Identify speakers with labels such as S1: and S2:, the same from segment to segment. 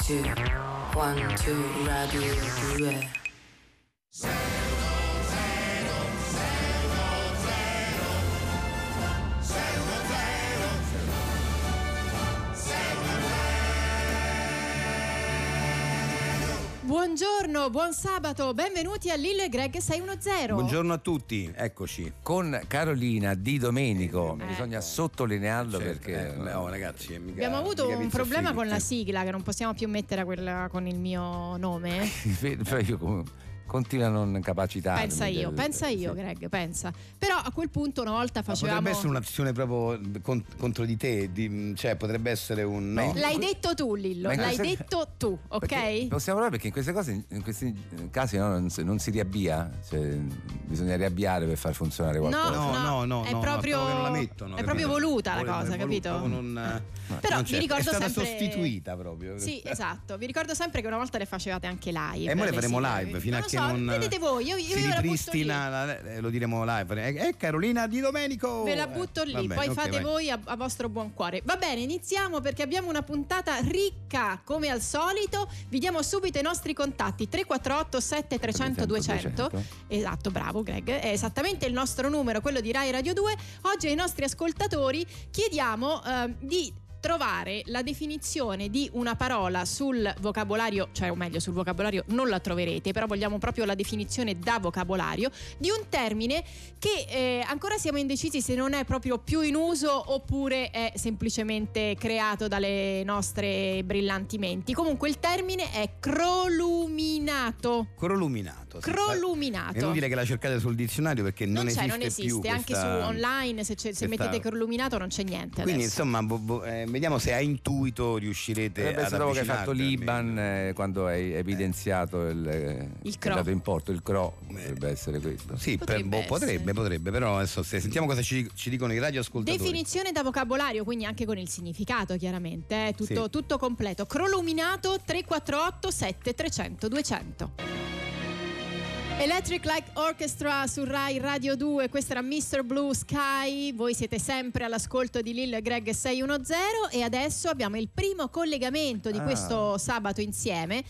S1: two, one, two, radio 2.
S2: Buongiorno, buon sabato, benvenuti a Lillo e Greg 610.
S3: Buongiorno a tutti,
S2: Certo,
S3: eccoci.
S4: con Carolina Di Domenico.
S2: Eh.
S4: Bisogna sottolinearlo
S3: Certo,
S4: perché
S3: eh, no, ragazzi, è mica-
S2: ecco. Abbiamo avuto
S3: mica
S2: un
S3: pizza
S2: problema
S3: fritta.
S2: con la sigla che non possiamo più mettere quella con il mio nome.
S3: Ah,
S4: Cioè, io com- continuo a non capacitarmi.
S2: Pensa io,
S4: del-
S2: pensa io,
S4: sì.
S2: Greg, pensa. Però a quel punto una volta
S3: Ma
S2: facevamo
S3: Potrebbe essere un'azione proprio con- contro di te, di- cioè potrebbe essere un...
S4: Ma
S3: no?
S4: in-
S2: L'hai detto tu, Lillo,
S4: Ma in
S2: l'hai
S4: questa-
S2: detto tu, ok?
S4: Perché Possiamo parlare perché in queste cose, in questi casi no, non, si, non si riabbia, cioè, bisogna riabbiare per far funzionare qualcosa.
S2: No,
S3: No, no, no,
S2: è proprio-
S3: no, ma proprio che non la mettono,
S2: è
S3: capito?
S2: proprio voluta la
S3: Vole-
S2: cosa,
S3: volu-
S2: capito?
S3: proprio non, eh,
S2: Però
S3: non
S2: vi
S3: c'è.
S2: ricordo
S3: è stata
S2: sempre-
S3: sostituita proprio.
S2: Sì, esatto. Vi ricordo sempre che una volta le facevate anche live.
S3: E ora le faremo
S2: sigle.
S3: live fino a
S2: lo
S3: che
S2: so,
S3: non
S2: Vedete voi, io, io
S3: si
S2: ve la butto lì.
S3: ripristina, la- eh, lo diremo live. Eh, eh, Carolina Di Domenico!
S2: Ve la butto
S3: Eh,
S2: lì,
S3: va bene,
S2: poi
S3: ok,
S2: fate
S3: vai.
S2: voi a, a vostro buon cuore. Va bene, iniziamo perché abbiamo una puntata ricca come al solito. Vi diamo subito i nostri contatti 348 7300 200. Esatto, bravo Greg, è esattamente il nostro numero, quello di Rai Radio 2. Oggi ai nostri ascoltatori chiediamo ehm, di trovare la definizione di una parola sul vocabolario, cioè o meglio sul vocabolario non la troverete, però vogliamo proprio la definizione da vocabolario di un termine che eh, ancora siamo indecisi se non è proprio più in uso oppure è semplicemente creato dalle nostre brillanti menti. Comunque il termine è croluminato.
S3: Croluminato. sì.
S2: Croluminato.
S3: È inutile che la cercate sul dizionario perché
S2: Non,
S3: non,
S2: c'è,
S3: esiste
S2: non esiste,
S3: più
S2: anche su
S3: questa-
S2: online se, c'è- se
S3: questa-
S2: mettete croluminato non c'è niente.
S3: Quindi
S2: adesso.
S3: insomma vo- vo- eh, vediamo se a intuito riuscirete
S4: Potrebbe
S3: ad
S4: essere dopo che hai fatto
S3: avvicinarvi.
S4: l'Iban eh, quando hai evidenziato il, eh,
S2: Il
S4: è
S2: cro.
S4: andato in porto, il CRO
S3: Eh.
S4: potrebbe essere questo.
S3: Sì,
S2: Potrebbe
S3: per- boh, potrebbe,
S2: essere.
S3: potrebbe, però adesso se- sentiamo cosa ci, ci dicono i radioascoltatori.
S2: Definizione da vocabolario, quindi anche con il significato chiaramente, eh, tutto,
S3: Sì.
S2: tutto completo. Croluminato 348 7300 200. Electric Light Orchestra su Rai Radio 2, questa era Mr. Blue Sky, voi siete sempre all'ascolto di Lil Greg 610 e adesso abbiamo il primo collegamento di
S4: Ah.
S2: questo sabato insieme.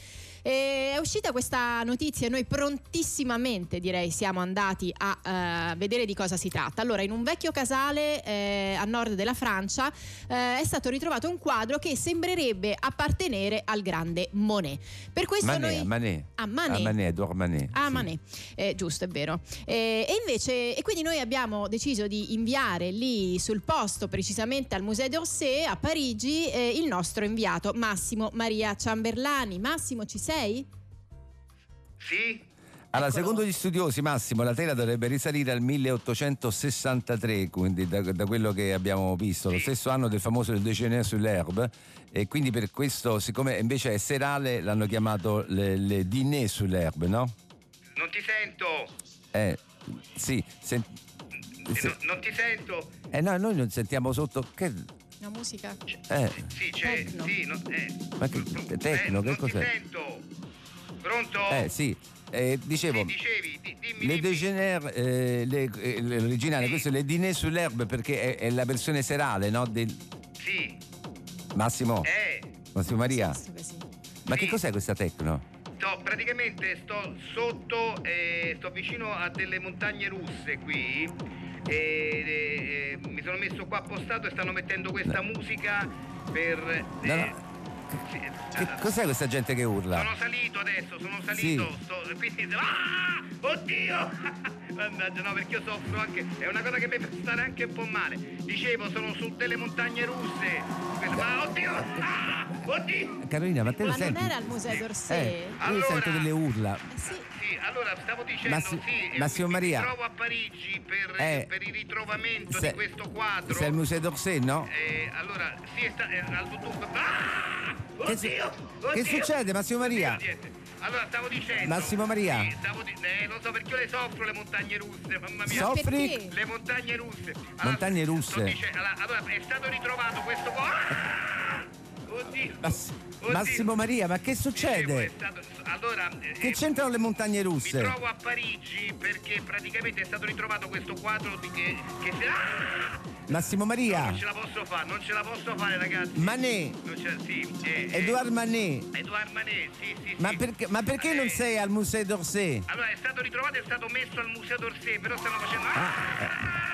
S2: E è uscita questa notizia e noi prontissimamente direi siamo andati a eh, vedere di cosa si tratta. Allora, in un vecchio casale eh, a nord della Francia eh, è stato ritrovato un quadro che sembrerebbe appartenere al grande Monet. Per questo
S4: Manet,
S2: noi...
S4: Manet.
S2: A Manet.
S4: A Manet, Edouard Manet.
S2: Ah,
S4: sì.
S2: Manet, Eh, giusto, è vero. Eh, e invece, e quindi noi abbiamo deciso di inviare lì sul posto, precisamente al Museo d'Orsay a Parigi, eh, il nostro inviato Massimo Maria Ciamberlani. Massimo, ci sei?
S5: Sì,
S4: Allora,
S2: Eccolo.
S4: secondo gli studiosi, Massimo, la tela dovrebbe risalire al 1863, quindi da, da quello che abbiamo visto, lo
S5: Sì.
S4: stesso anno del famoso Déjeuner sull'herbe, e quindi per questo, siccome invece è serale, l'hanno chiamato le, le dîner sull'herbe, no?
S5: non ti sento.
S4: Eh, sì, sen-
S5: Eh,
S4: se-
S5: no- non ti sento.
S4: eh no, noi non sentiamo sotto, che,
S2: La musica.
S4: eh,
S5: Sì, c'è.
S2: Tecno.
S5: Sì, no- eh.
S4: Ma che-
S5: Eh,
S4: tecno, che
S5: non
S4: cos'è?
S5: ti sento. Pronto?
S4: eh, sì, eh,
S5: Sì,
S4: dicevo...
S5: dicevi, di- dimmi.
S4: Le
S5: dimmi.
S4: Degener, eh, le- eh, l'originale,
S5: Sì.
S4: questo è le Dîner sull'herbe perché è, è la versione serale, no? del-
S5: Sì,
S4: Massimo.
S5: eh.
S4: Massimo Maria,
S2: Sì, sì.
S4: ma
S5: Sì.
S4: che cos'è questa tecno?
S5: Sto, praticamente sto sotto, eh, sto vicino a delle montagne russe qui. E, eh, eh, mi sono messo qua appostato e stanno mettendo questa musica per.
S4: Eh. No,
S5: eh,
S4: no.
S5: sì,
S4: Che
S5: eh,
S4: cos'è questa gente che urla?
S5: Sono salito adesso, sono salito,
S4: Sì.
S5: sto, quindi ah, oddio! Mannaggia, no, perché io soffro anche, è una cosa che mi fa stare anche un po' male. Dicevo, sono su delle montagne russe, Quello- ma oddio! Ah, oddio!
S4: Carolina, ma te lo
S2: Ma non
S4: senti?
S2: era al Museo d'Orsay?
S4: Eh, io
S5: Allora-
S4: sento delle urla.
S2: Eh sì.
S5: Sì, allora stavo dicendo,
S4: Massi-
S5: sì, eh,
S4: Massimo
S5: mi,
S4: Maria.
S5: mi trovo a Parigi per,
S4: Eh,
S5: per il ritrovamento
S4: se-
S5: di questo quadro.
S4: Sei al museo d'Orsay, no?
S5: Eh, allora, sì, è sta- è al dunque. Ah,
S4: Che
S5: oddio,
S4: su-
S5: oddio.
S4: che succede, Massimo Maria?
S5: Oddio, niente. Allora, stavo dicendo.
S4: Massimo Maria?
S5: Sì, stavo di- eh, lo so perché io le soffro le montagne russe, mamma mia.
S2: So-
S4: Soffri?
S2: perché?
S5: Le montagne russe. Allora,
S4: Montagne
S5: sto
S4: russe.
S5: dice- allora, allora, è stato ritrovato questo qua. Ah, Oddio.
S4: Mass-
S5: Oddio.
S4: Massimo Maria, ma che
S5: Dicevo, è
S4: succede?
S5: stato- allora, eh,
S4: Che c'entrano le montagne
S5: Mi
S4: russe?
S5: trovo a Parigi perché praticamente è stato ritrovato questo quadro di che, che se- Ah!
S4: Massimo
S5: Non
S4: Maria,
S5: ce la posso fare, non ce la posso fare ragazzi.
S4: Manet,
S5: Non ce la- sì, eh, eh,
S4: Edouard Manet,
S5: Edouard Manet, sì, sì,
S4: ma
S5: sì.
S4: perché, ma perché non
S5: Eh,
S4: sei al Musée d'Orsay?
S5: Allora è stato ritrovato e è stato messo al museo d'Orsay, però stanno facendo. Ah!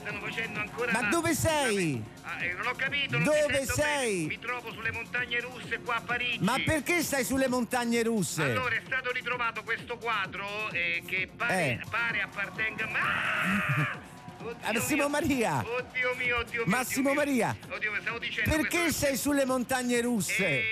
S5: Stanno facendo ancora.
S4: Ma
S5: la-
S4: dove sei?
S5: Ah, eh, non ho capito, non
S4: Dove
S5: ti sento bene.
S4: sei?
S5: Mi trovo sulle montagne russe qua a Parigi.
S4: Ma perché stai sulle montagne russe?
S5: Allora è stato ritrovato questo quadro eh, che
S4: Eh.
S5: pare, pare appartenga. Ma... Oddio
S4: Massimo
S5: mio.
S4: Maria.
S5: Oddio mio, oddio mio.
S4: Massimo
S5: oddio mio.
S4: Maria.
S5: Oddio, mio, stavo dicendo.
S4: Perché
S5: questo-
S4: sei sulle montagne russe?
S5: Eh,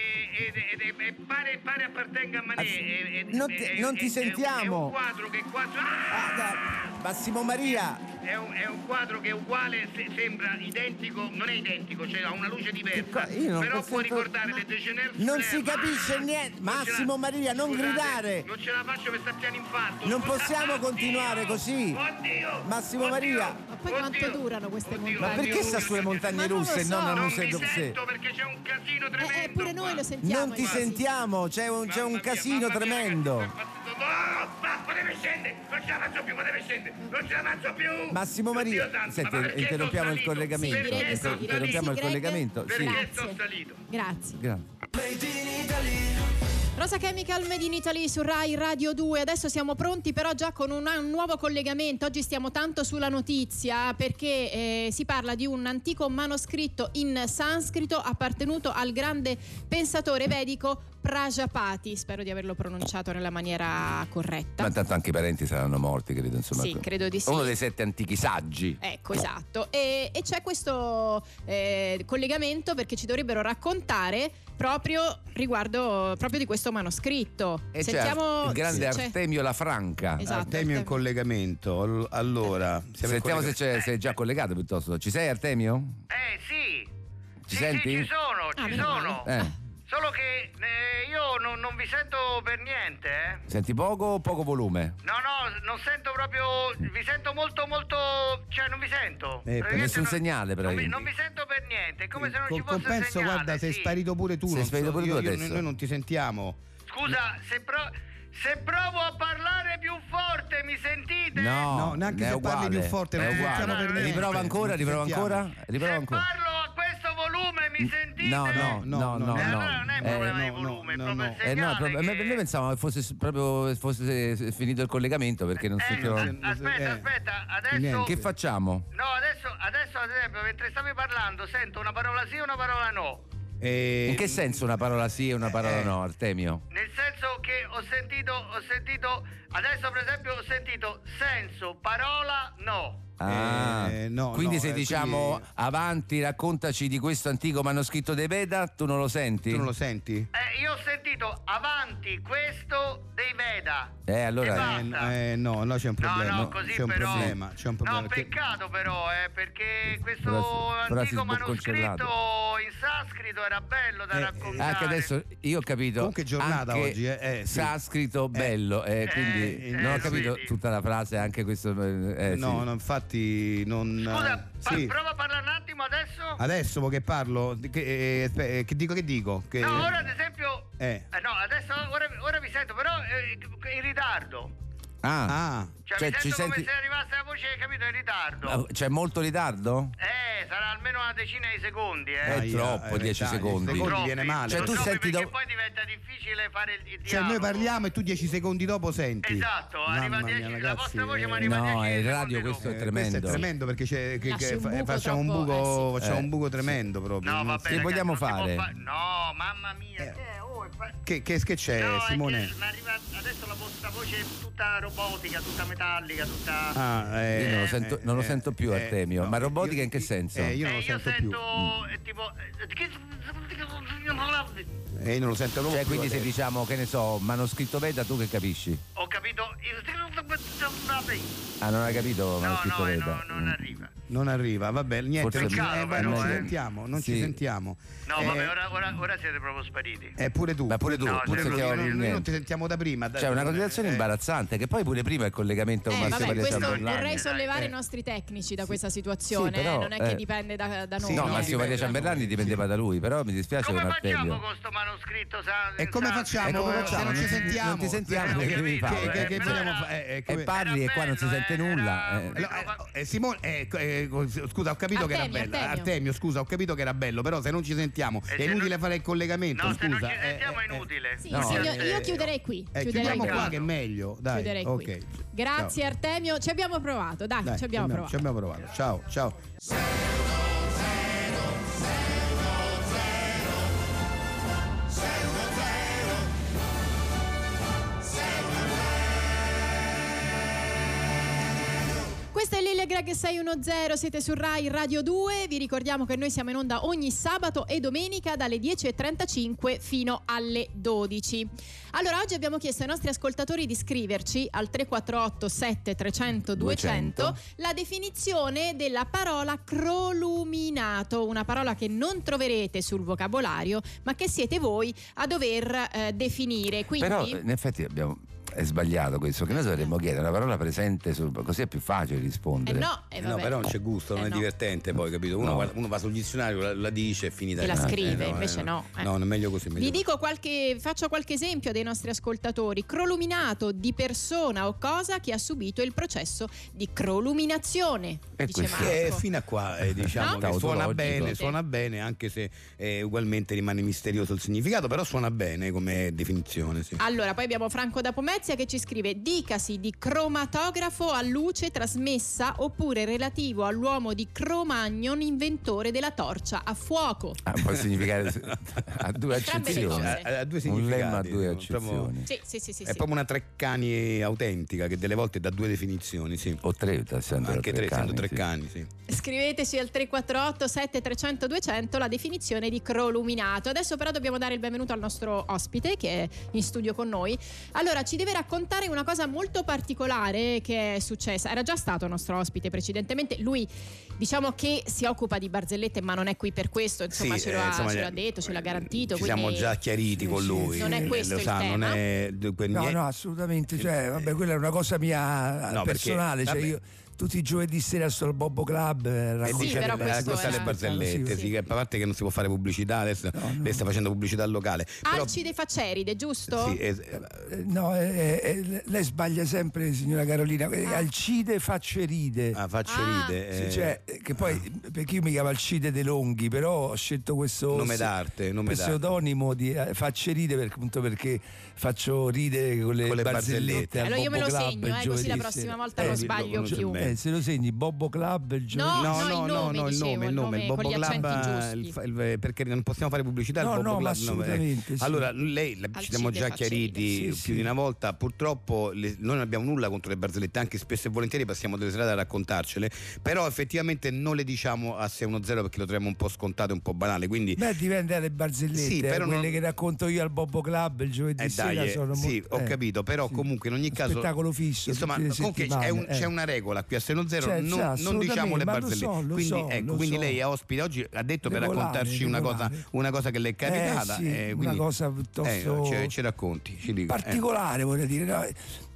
S5: ed- ed- ed- e pare, pare appartenga a Manet.
S4: Ah,
S5: eh, eh,
S4: non ti-
S5: eh,
S4: non
S5: eh,
S4: ti
S5: è un- È
S4: sentiamo.
S5: un quadro che quadro. Ah!
S4: Ah, da- Massimo Maria,
S5: È un, è un quadro che è uguale, se- sembra identico, non è identico, cioè ha una luce diversa.
S4: Che co- io non
S5: però
S4: posso
S5: può
S4: sentire-
S5: ricordare
S4: Ma-
S5: le Degener
S4: non si capisce niente. Massimo Maria, non gridare.
S5: Non ce la faccio per sappiare infarto.
S4: Non
S5: Scusa-
S4: possiamo
S5: Oddio!
S4: continuare così.
S5: Oddio!
S4: Massimo
S5: Oddio!
S4: Maria.
S2: Ma poi quanto
S5: Oddio!
S2: durano queste
S5: Oddio!
S2: montagne? Eh,
S4: ma perché sta sulle
S2: Ma
S4: montagne
S2: non lo
S4: russe e
S2: so.
S4: non al
S5: Non
S4: Musée
S5: mi
S4: d'Orsay?
S5: sento perché c'è un casino tremendo.
S2: Eh, eppure noi
S5: qua.
S2: lo sentiamo.
S4: Non ti
S2: infatti.
S4: sentiamo, c'è un, c'è un
S5: Mamma mia,
S4: casino
S5: mamma mia,
S4: tremendo.
S5: ragazzi, sono impazzito. No, basta, deve Oh, scendere, non ce la faccio più, ma deve scendere, non ce la faccio più.
S4: Massimo Maria,
S5: Oddio santo,
S4: senti,
S5: ma perché
S4: interrompiamo
S5: sono
S4: il
S5: salito?
S4: collegamento. eh,
S2: Sì, direi di sì,
S5: sono
S2: direi di
S4: interrompiamo
S2: sì,
S4: il
S2: Greg.
S4: collegamento. Sì.
S5: Perché
S2: Grazie.
S5: sono salito?
S2: Grazie.
S4: Gra-
S2: Rosa Chemical Made in Italy su Rai Radio 2. Adesso siamo pronti però già con un, un nuovo collegamento. Oggi stiamo tanto sulla notizia perché eh, si parla di un antico manoscritto in sanscrito appartenuto al grande pensatore vedico Prajapati. Spero di averlo pronunciato nella maniera corretta.
S4: Ma tanto anche i parenti saranno morti, credo, insomma.
S2: Sì, credo di sì.
S4: Uno dei sette antichi saggi.
S2: Ecco, esatto. E, e c'è questo eh, collegamento perché ci dovrebbero raccontare proprio riguardo proprio di questo manoscritto.
S4: E c'è
S2: Sentiamo
S4: Eh, certo, il grande
S2: se c'è-
S4: Artemio La Franca.
S2: Esatto.
S3: Artemio in
S2: Artemio.
S3: Eh, collegamento. All- Allora, siamo in
S4: Sentiamo
S3: collega-
S4: se, c'è- se è già collegato piuttosto. Ci sei Artemio?
S5: Eh sì.
S4: Ci
S5: sì,
S4: senti?
S5: Sì, ci sono,
S2: Ah,
S5: ci
S2: meno
S5: sono.
S4: Eh.
S5: Solo che eh, io non, non vi sento per niente, eh.
S4: Senti poco o poco volume?
S5: No, no, non sento proprio. Vi sento molto, molto. cioè, non vi sento.
S3: Eh, per
S5: Praticamente
S4: nessun
S5: non-
S4: segnale,
S5: non vi,
S4: praticamente.
S5: non vi sento per niente. È come se non
S3: Eh, Col
S5: ci fosse
S3: compenso,
S5: segnale.
S3: guarda, sei
S5: sì.
S3: sparito pure tu.
S4: Sei
S3: non
S4: sparito pure tu
S3: io- io-
S4: adesso.
S3: Noi non ti sentiamo.
S5: Scusa, se, pro- se provo a parlare più forte, mi sentite?
S3: No, neanche
S4: è
S3: se parli
S4: uguale,
S3: più forte, non
S4: è
S3: ti
S4: uguale.
S3: sentiamo
S5: per niente.
S4: Riprova ancora,
S3: Non ti
S4: riprova
S3: sentiamo.
S4: ancora, riprova
S5: Se
S4: ancora.
S5: parlo a questo volume, mi sentite?
S4: No, no,
S3: No, no,
S4: no, no,
S3: no.
S5: Eh, allora non è un
S4: Eh,
S5: problema di
S3: no, no,
S5: volume,
S3: no,
S5: è proprio
S3: no.
S5: il
S4: Eh, no,
S5: segnale.
S4: prob-
S5: che-
S4: noi pensavamo che fosse proprio fosse finito il collegamento perché non
S5: Eh,
S4: sentivo.
S5: a- aspetta,
S3: eh.
S5: aspetta, adesso.
S3: Niente.
S4: Che facciamo?
S5: No, adesso, adesso, ad esempio, mentre stavi parlando, sento una parola sì e una parola no.
S3: Eh,
S4: In che senso una parola sì e una parola
S3: eh.
S4: no, Artemio?
S5: Nel senso che ho sentito, ho sentito, adesso per esempio ho sentito senso, parola, no.
S4: Ah,
S3: Eh, no,
S4: quindi
S3: no,
S4: se
S3: eh,
S4: diciamo
S3: quindi-
S4: avanti, raccontaci di questo antico manoscritto dei Veda, tu non lo senti?
S3: Tu non lo senti?
S5: Eh, io ho sentito avanti questo dei Veda.
S4: Eh, allora-
S5: E
S4: Ah.
S3: Eh,
S5: basta.
S3: eh, no, no, c'è un problema.
S5: No, no, così
S3: c'è un
S5: però.
S3: problema. C'è un problema.
S5: No,
S3: perché-
S5: peccato però, eh, perché questo
S4: Però si- però si
S5: antico
S4: sbocconcellato.
S5: manoscritto in sanscrito era bello da
S3: Eh, eh,
S5: raccontare.
S4: Anche adesso io ho capito.
S3: Comunque giornata
S4: anche
S3: oggi, eh, eh, sì.
S4: Sanscrito bello, eh,
S5: Eh,
S4: quindi
S5: eh,
S4: non ho
S5: eh,
S4: capito
S5: sì.
S4: tutta la frase, anche questo. eh, eh,
S3: no,
S4: sì.
S3: no, infatti non. eh,
S5: Scusa, pa-
S3: sì.
S5: prova a parlare un attimo adesso.
S3: Adesso mo che parlo, di- che, eh, aspe- eh, che dico che dico? Che...
S5: No, ora ad esempio...
S3: Eh.
S5: eh, no, adesso ora, ora vi sento, però eh, in ritardo.
S4: Ah,
S3: Ah,
S5: Cioè,
S4: Cioè,
S5: mi
S4: ci
S5: sento come
S4: senti- Ah,
S5: se arrivasse la voce, capito, in ritardo.
S4: ma c'è molto ritardo?
S5: Eh, sarà almeno una decina di secondi, eh.
S4: è
S3: Ahia,
S4: troppo,
S3: eh,
S4: 10
S3: dai,
S4: secondi.
S3: dieci
S5: Troppi.
S3: viene male.
S4: Cioè,
S5: Lo
S4: tu
S5: so,
S4: senti
S5: perché
S4: do-
S5: poi diventa difficile fare il, il
S3: cioè
S5: dialogo.
S3: noi parliamo e tu 10 secondi dopo senti.
S5: Esatto, arriva
S3: Mamma
S5: 10
S3: mia,
S5: la
S3: ragazzi,
S5: vostra voce, ma
S3: eh,
S5: arriva
S4: no,
S5: 10
S4: è il
S5: secondi
S4: radio
S5: dopo.
S4: questo è
S3: eh,
S4: tremendo.
S3: Questo è tremendo perché, c'è, che-
S2: Lasci
S3: che
S2: un
S3: fa-
S2: buco
S3: facciamo un
S2: troppo,
S3: buco,
S2: eh,
S3: facciamo
S4: Eh,
S3: un buco
S4: sì.
S3: tremendo proprio.
S5: No, va
S4: Che
S5: bene. ragazzi,
S4: vogliamo
S5: non si può
S4: fare?
S5: fa- No, mamma mia.
S3: Eh.
S5: che- oh, è fa-
S3: Che, che, che c'è
S5: No, è che
S3: Eh, Simone?
S5: mi arriva adesso la vostra voce è tutta robotica, tutta metallica, tutta...
S3: Ah,
S4: Io non lo sento- non lo sento più, Artemio. Ma robotica in che
S3: io-
S4: senso?
S3: Eh, io
S5: Eh,
S3: non lo sento,
S5: eh, tipo... eh,
S3: più.
S5: che-
S3: E io non lo sento proprio
S4: Cioè, quindi se
S3: adesso.
S4: diciamo, che ne so, manoscritto Veda, tu che capisci?
S5: Ho capito... il-
S4: Ah, non hai capito
S5: No,
S4: manoscritto
S5: no, eh,
S4: Veda?
S5: no, non
S4: Mm.
S5: arriva.
S3: Non arriva, vabbè, niente,
S6: Forse
S3: non ci,
S5: è meglio.
S3: vai, non ci
S5: Eh.
S3: sentiamo, non ci
S6: Sì.
S3: sentiamo.
S5: No,
S3: Eh,
S5: vabbè, ora, ora- ora siete proprio spariti.
S3: eh, pure tu.
S6: Ma pure tu,
S5: No,
S6: non
S5: sì,
S6: sentiamo
S3: Noi-
S6: più
S3: noi non ti
S6: niente.
S3: sentiamo da prima. da-
S4: Cioè,
S6: C'è una considerazione
S3: eh,
S6: imbarazzante che poi pure prima il collegamento con
S2: Eh,
S6: Massimo
S2: vabbè,
S6: Paese
S2: questo
S6: Orlando.
S2: vorrei sollevare
S3: Eh.
S2: i nostri tecnici da questa situazione,
S6: Sì, però,
S2: eh, non è che
S6: eh.
S2: dipende da, da noi. eh.
S3: Sì,
S6: No, Massimo
S3: no,
S6: Maria
S3: dipende da
S6: Ciamberlani
S3: noi,
S6: dipendeva
S3: sì.
S6: da lui, però mi dispiace
S5: Come
S6: con
S5: facciamo
S6: Artelio.
S5: con sto manoscritto? sa-
S3: E come
S5: sa-
S3: facciamo?
S6: E come
S3: eh,
S6: facciamo?
S3: Se non
S6: Non
S3: ci
S6: ti-
S3: sentiamo.
S6: non ti sentiamo,
S5: Eh,
S6: che devi
S5: capito,
S6: fare?
S3: Che- che- che
S5: però
S3: vogliamo
S5: era-
S3: fare? Eh, eh,
S6: E
S3: come-
S6: parli e
S5: Era
S6: qua non si
S5: bello,
S6: sente
S5: eh,
S6: nulla.
S5: era-
S6: eh.
S3: Allora, eh, eh, Simone, eh, eh, eh, scusa, ho capito che era
S2: Artemio,
S3: bello.
S2: Artemio.
S3: Artemio, scusa, ho capito che era bello, però se non ci sentiamo
S5: E
S3: è
S5: se
S3: inutile
S5: non-
S3: fare il collegamento.
S5: No,
S3: scusa.
S5: se non ci
S3: eh,
S5: sentiamo
S3: eh,
S5: è
S3: eh.
S5: inutile.
S2: Sì,
S6: No,
S2: sì, io,
S5: eh,
S2: io chiuderei qui.
S3: Eh,
S2: chiuderei
S3: chiudiamo
S2: qui.
S3: qua che è meglio. Dai.
S2: Chiuderei
S3: ok.
S2: qui. Grazie Artemio, ci abbiamo provato, dai,
S3: Dai,
S2: ci abbiamo provato. Eh,
S3: Ci abbiamo provato. Ciao, ciao.
S2: Questa è Lille Greg 610, siete su Rai Radio 2, vi ricordiamo che noi siamo in onda ogni sabato e domenica dalle 10.35 fino alle 12. Allora oggi abbiamo chiesto ai nostri ascoltatori di scriverci al 348 7300 200 la definizione della parola croluminato, una parola che non troverete sul vocabolario ma che siete voi a dover eh, definire. Quindi...
S6: Però eh,
S3: eh,
S6: in effetti abbiamo- è sbagliato questo, che noi dovremmo chiedere una parola presente, sul- così è più facile
S2: eh
S6: rispondere.
S2: no, eh
S3: Eh no,
S2: vabbè.
S3: però non c'è gusto, non
S2: Eh
S3: è
S2: no.
S3: divertente poi, capito? Uno,
S6: No.
S3: guarda- uno va sul dizionario, la, la dice e finita.
S2: E la
S3: Eh,
S2: scrive,
S3: eh,
S2: invece
S3: eh,
S2: no, eh.
S3: No, non è meglio così. meglio
S2: Vi
S3: così.
S2: dico qualche, faccio qualche esempio dei nostri ascoltatori. Croluminato di persona o cosa che ha subito il processo di croluminazione.
S6: E
S2: dice
S6: questo
S2: Marco.
S6: è
S3: Eh, fino a qua eh, diciamo
S2: No?
S3: che suona
S6: Tautologico.
S3: bene,
S2: Sì.
S3: suona bene anche se eh, ugualmente rimane misterioso il significato, però suona bene come definizione. Sì.
S2: Allora, poi abbiamo Franco da Pomezia che ci scrive: Dicasi di cromatografo a luce trasmessa oppure relativo all'uomo di Cromagnon, inventore della torcia a fuoco.
S6: Ah, può significare a due
S2: Entrambe le
S6: accezioni.
S2: cose.
S3: A- a- a due
S6: Un lemma a
S3: significati,
S6: due
S3: diciamo, proprio-
S6: accezioni.
S2: Sì, sì, sì, sì.
S3: è
S2: sì.
S3: proprio una treccani autentica che delle volte dà due definizioni, sì.
S6: O tre, essendo
S3: Anche tre,
S6: cani,
S3: sono tre
S6: sì.
S3: cani, sì.
S2: Scriveteci al 348 7300 200 la definizione di croluminato. Adesso però dobbiamo dare il benvenuto al nostro ospite che è in studio con noi. Allora, ci deve raccontare una cosa molto particolare che è successa. Era già stato nostro ospite precedentemente. Lui diciamo che si occupa di barzellette, ma non è qui per questo, insomma,
S3: Sì,
S2: ce,
S3: eh,
S2: lo ha,
S3: insomma,
S2: ce
S3: gli- eh,
S2: l'ha detto, ce l'ha garantito.
S3: Ci
S2: quindi-
S3: siamo già chiariti con lui.
S2: Non è
S3: eh,
S2: questo
S3: lo
S2: il
S3: sa, non
S2: tema.
S3: è dunque,
S4: No,
S3: niente- Eh,
S4: no, assolutamente. Cioè, vabbè, quella è una cosa mia eh,
S3: No, perché-
S4: personale. cioè,
S3: vabbè.
S4: io tutti i giovedì sera sto al Bobbo Club. eh,
S3: Eh,
S4: racconto-
S2: Sì,
S3: dice
S2: però
S3: le-
S2: questo
S3: racconta
S2: è-
S3: le barzellette,
S2: Sì.
S3: sì, che a parte che non si può fare pubblicità, adesso lei sta facendo pubblicità al locale.
S2: Ah,
S3: Però,
S2: Alcide Faceride, giusto?
S3: sì, eh,
S2: Ah.
S4: Eh, No, eh, eh, lei sbaglia sempre, signora Carolina. Eh, Alcide Facceride.
S3: ah, faccio
S2: Ah.
S3: ride.
S4: Sì,
S3: eh, ah.
S4: cioè, eh, che poi perché io mi chiamo Alcide De Longhi, però ho scelto questo
S3: Nome
S4: s-
S3: d'arte, nome
S4: questo
S3: d'arte.
S4: pseudonimo di eh, Facce Ride per- appunto perché faccio ridere con le,
S3: Con le barzellette. Eh,
S4: barzellette. al
S2: Allora io me lo
S4: Bobbo Club
S2: segno, eh,
S4: il
S2: così
S4: giovedì
S2: la prossima
S4: sera.
S2: volta non
S4: sì,
S2: sbaglio
S4: lo-
S3: più.
S4: eh, se lo segni Bobbo Club il giovedì.
S2: No, no, il nome,
S3: il
S2: dicevo,
S3: nome, il nome, il
S2: con
S3: Bobo
S2: gli
S3: Club,
S2: accenti
S3: eh, il
S2: giusti.
S3: fa- il- perché non possiamo fare pubblicità al
S4: No,
S3: Bobo
S4: no,
S3: Club.
S4: ma
S3: no, eh.
S4: assolutamente, sì.
S3: Allora, lei la-
S2: Alcide
S3: ci siamo già
S2: Facceride.
S3: chiariti
S4: Sì,
S3: più
S4: sì.
S3: di una volta, purtroppo le- noi non abbiamo nulla contro le barzellette, anche spesso e volentieri passiamo delle serate a raccontarcele, però effettivamente non le diciamo a 610 perché lo troviamo un po' scontato e un po' banale, quindi
S4: Beh, dipende dalle barzellette,
S3: Sì,
S4: eh,
S3: però
S4: quelle
S3: non-
S4: che racconto io al Bobbo Club il giovedì
S3: Eh,
S4: sera
S3: dai, eh,
S4: sono
S3: sì,
S4: molto-
S3: ho
S4: eh,
S3: capito, però
S4: sì.
S3: comunque in ogni
S4: Un
S3: caso
S4: spettacolo fisso,
S3: Insomma,
S4: tutte le
S3: comunque
S4: settimane,
S3: è un-
S4: eh.
S3: c'è una regola qui a 610,
S4: C'è, c'è,
S3: non, non diciamo
S4: Cioè, assolutamente,
S3: le
S4: ma lo
S3: barzellette.
S4: so, lo
S3: quindi
S4: so,
S3: ecco,
S4: lo
S3: quindi
S4: so.
S3: lei è ospite oggi, ha detto per
S4: Regolare,
S3: raccontarci una cosa,
S4: regolare.
S3: una cosa che le è capitata.
S4: Eh, sì, una
S3: quindi-
S4: cosa piuttosto-
S3: eh, ce- ci racconti, ci dica. eh.
S4: particolare vorrei dire no,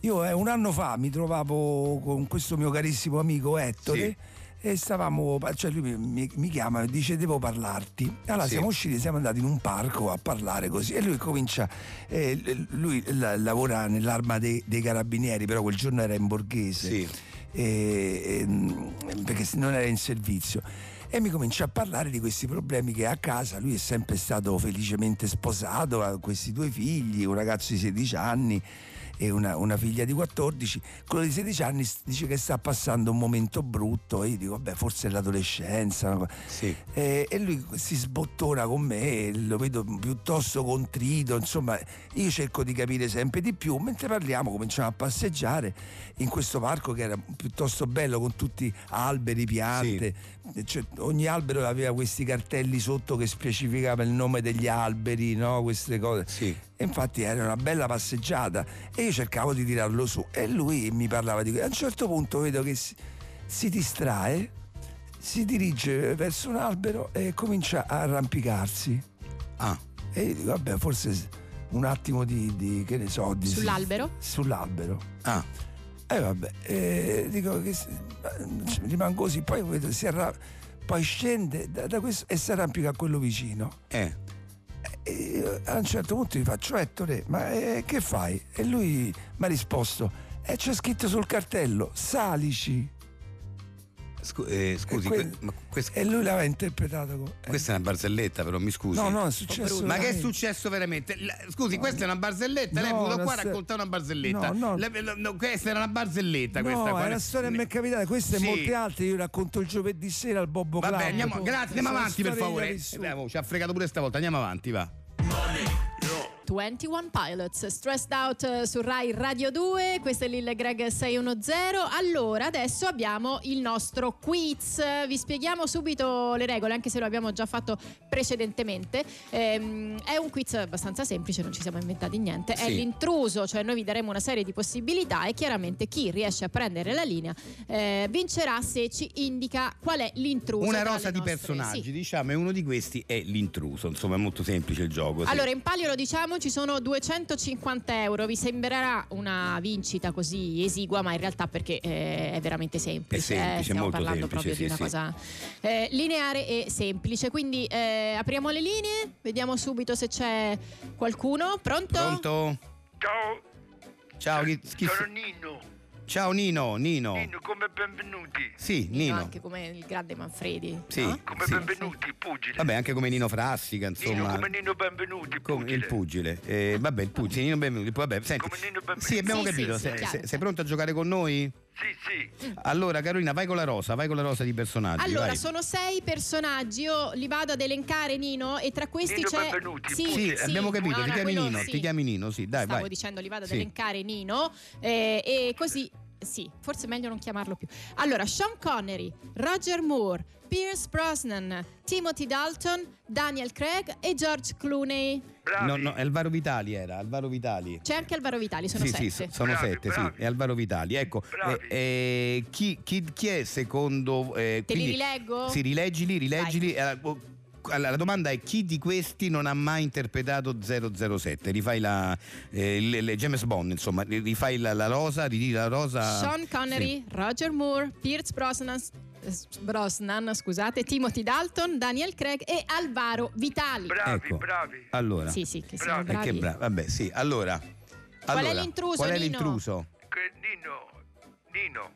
S4: io eh, un anno fa mi trovavo con questo mio carissimo amico Ettore
S3: Sì.
S4: e stavamo cioè lui mi- mi, mi chiama e dice devo parlarti allora
S3: Sì.
S4: siamo usciti siamo andati in un parco a parlare così e lui comincia eh, l- lui la- lavora nell'arma dei, dei carabinieri però quel giorno era in borghese
S3: Sì.
S4: e- e, mh, perché se non era in servizio. E mi comincia a parlare di questi problemi che ha a casa. Lui è sempre stato felicemente sposato, ha questi due figli, un ragazzo di 16 anni e una, una figlia di 14. Quello di 16 anni s- dice che sta passando un momento brutto. E io dico, beh, forse è l'adolescenza. una cosa."
S3: Sì.
S4: Eh, e lui si sbottona con me, lo vedo piuttosto contrito, insomma io cerco di capire sempre di più, mentre parliamo cominciamo a passeggiare in questo parco che era piuttosto bello con tutti alberi, piante, Cioè, ogni albero aveva questi cartelli sotto che specificava il nome degli alberi, no? queste cose.
S3: Sì.
S4: E infatti era una bella passeggiata e io cercavo di tirarlo su e lui mi parlava di questo. A un certo punto vedo che si, si distrae
S7: si dirige verso un albero e comincia a arrampicarsi.
S3: Ah,
S7: E io dico, vabbè, forse s- un attimo di, di- che ne so, di...
S2: Sull'albero?
S7: Sull'albero.
S3: ah,
S7: E vabbè, eh, dico che s- ma- c- rimango così, poi vedo, si arra- poi scende da, da questo e si arrampica a quello vicino.
S3: eh.
S7: E io a un certo punto gli faccio, Ettore, ma eh, che fai? E lui mi ha risposto, e c'è scritto sul cartello, salici.
S3: Scu- eh, scusi,
S7: E quel-
S3: que- ma quest-
S7: E lui l'aveva interpretato eh. come...
S3: Eh. questa è una barzelletta, però mi scusi.
S7: No, no, è successo.
S3: Ma che è
S7: veramente.
S3: successo veramente? La- Scusi, questa è una barzelletta. Lei è
S7: No,
S3: venuto
S7: una
S3: qua a
S7: storia-
S3: raccontare una barzelletta.
S7: No, no.
S3: Le- le- no, questa era una barzelletta.
S7: No,
S3: questa qua.
S7: è una storia che mi è capitata, queste
S3: Sì.
S7: e molte altre io racconto il giovedì sera al Bobbo
S3: Vabbè,
S7: Club.
S3: andiamo, grazie, andiamo
S7: Sono
S3: avanti per
S7: storie
S3: favore.
S7: già
S3: Eh,
S7: vissute.
S3: bravo, ci ha fregato pure stavolta, andiamo avanti, va.
S2: 21 Pilots, Stressed Out eh, su Rai Radio 2, questo è Lille Greg 610. Allora, adesso abbiamo il nostro quiz. Vi spieghiamo subito le regole, anche se lo abbiamo già fatto precedentemente. Ehm, è un quiz abbastanza semplice, non ci siamo inventati niente. È
S3: Sì.
S2: l'intruso, cioè noi vi daremo una serie di possibilità e chiaramente chi riesce a prendere la linea eh, vincerà se ci indica qual è l'intruso.
S3: Una
S2: tra
S3: rosa
S2: le
S3: di
S2: nostre-
S3: personaggi,
S2: sì.
S3: diciamo, e uno di questi è l'intruso. Insomma, è molto semplice il gioco. sì.
S2: Allora, in palio lo diciamo, ci sono 250 euro. Vi sembrerà una vincita così esigua, ma in realtà perché eh, è veramente semplice.
S3: È semplice,
S2: eh, stiamo
S3: molto
S2: parlando proprio
S3: semplice,
S2: di
S3: sì,
S2: una
S3: sì.
S2: cosa eh, lineare e semplice. Quindi eh, apriamo le linee, vediamo subito se c'è qualcuno. Pronto?
S3: Pronto?
S5: Ciao,
S3: Ciao, chi- chi-
S5: sono Nino.
S3: Ciao Nino, Nino.
S5: Nino, come benvenuti.
S3: Sì,
S2: Nino,
S3: Nino.
S2: Anche Ah? come il grande Manfredi.
S3: Sì.
S2: no?
S5: Come
S3: Sì.
S5: benvenuti, pugile.
S3: Vabbè, anche come Nino Frassica,
S5: Nino,
S3: insomma.
S5: come Nino, benvenuti,
S3: Come-
S5: pugile.
S3: il pugile, Eh, vabbè, il pugile, Nino Benvenuti. Vabbè, senti.
S5: Come Nino Benvenuti.
S3: Sì, abbiamo
S2: Sì,
S3: capito.
S2: sì, sì,
S3: Se-
S2: chiaro,
S3: se-
S2: chiaro.
S3: sei pronto a giocare con noi?
S5: Sì, sì.
S3: Allora, Carolina, vai con la rosa, vai con la rosa di personaggi.
S2: Allora,
S3: vai.
S2: sono sei personaggi, io li vado ad elencare Nino e tra questi
S5: Nino,
S2: c'è...
S5: benvenuti,
S3: Sì,
S5: Sì,
S3: abbiamo capito,
S2: no,
S3: ti
S2: no,
S3: chiami
S2: quello
S3: Nino,
S2: sì.
S3: ti chiami Nino, sì, dai,
S2: Stavo
S3: vai.
S2: dicendo, li vado ad
S3: Sì.
S2: elencare Nino eh, e così, sì, forse è meglio non chiamarlo più. Allora, Sean Connery, Roger Moore, Pierce Brosnan, Timothy Dalton, Daniel Craig e George Clooney.
S5: Bravi.
S3: No, no, Alvaro Vitali era, Alvaro Vitali.
S2: C'è anche Alvaro Vitali, sono
S3: sì,
S2: sette.
S3: sì, sono
S5: Bravi,
S3: sette,
S5: bravi.
S3: sì, è Alvaro Vitali. Ecco,
S5: Bravi.
S3: eh, eh, chi, chi- chi è secondo... eh,
S2: Te li
S3: quindi-
S2: rileggo?
S3: Sì, rileggili, rileggili. Eh, oh, allora, la domanda è chi di questi non ha mai interpretato 007? Rifai la... eh, il- il- James Bond, insomma, rifai la, la rosa, ridì la rosa...
S2: Sean Connery,
S3: Sì.
S2: Roger Moore, Pierce Brosnan, eh, Brosnan, scusate, Timothy Dalton, Daniel Craig e Alvaro Vitali.
S5: Bravi,
S3: Ecco.
S5: bravi.
S3: Allora,
S2: Sì, sì, che sono
S5: Bravi.
S3: eh,
S2: bravi.
S3: che bravo. Vabbè, sì, allora...
S2: Qual è
S3: allora,
S2: l'intruso,
S3: Qual è
S2: Nino?
S3: l'intruso?
S5: Que- Nino, Nino,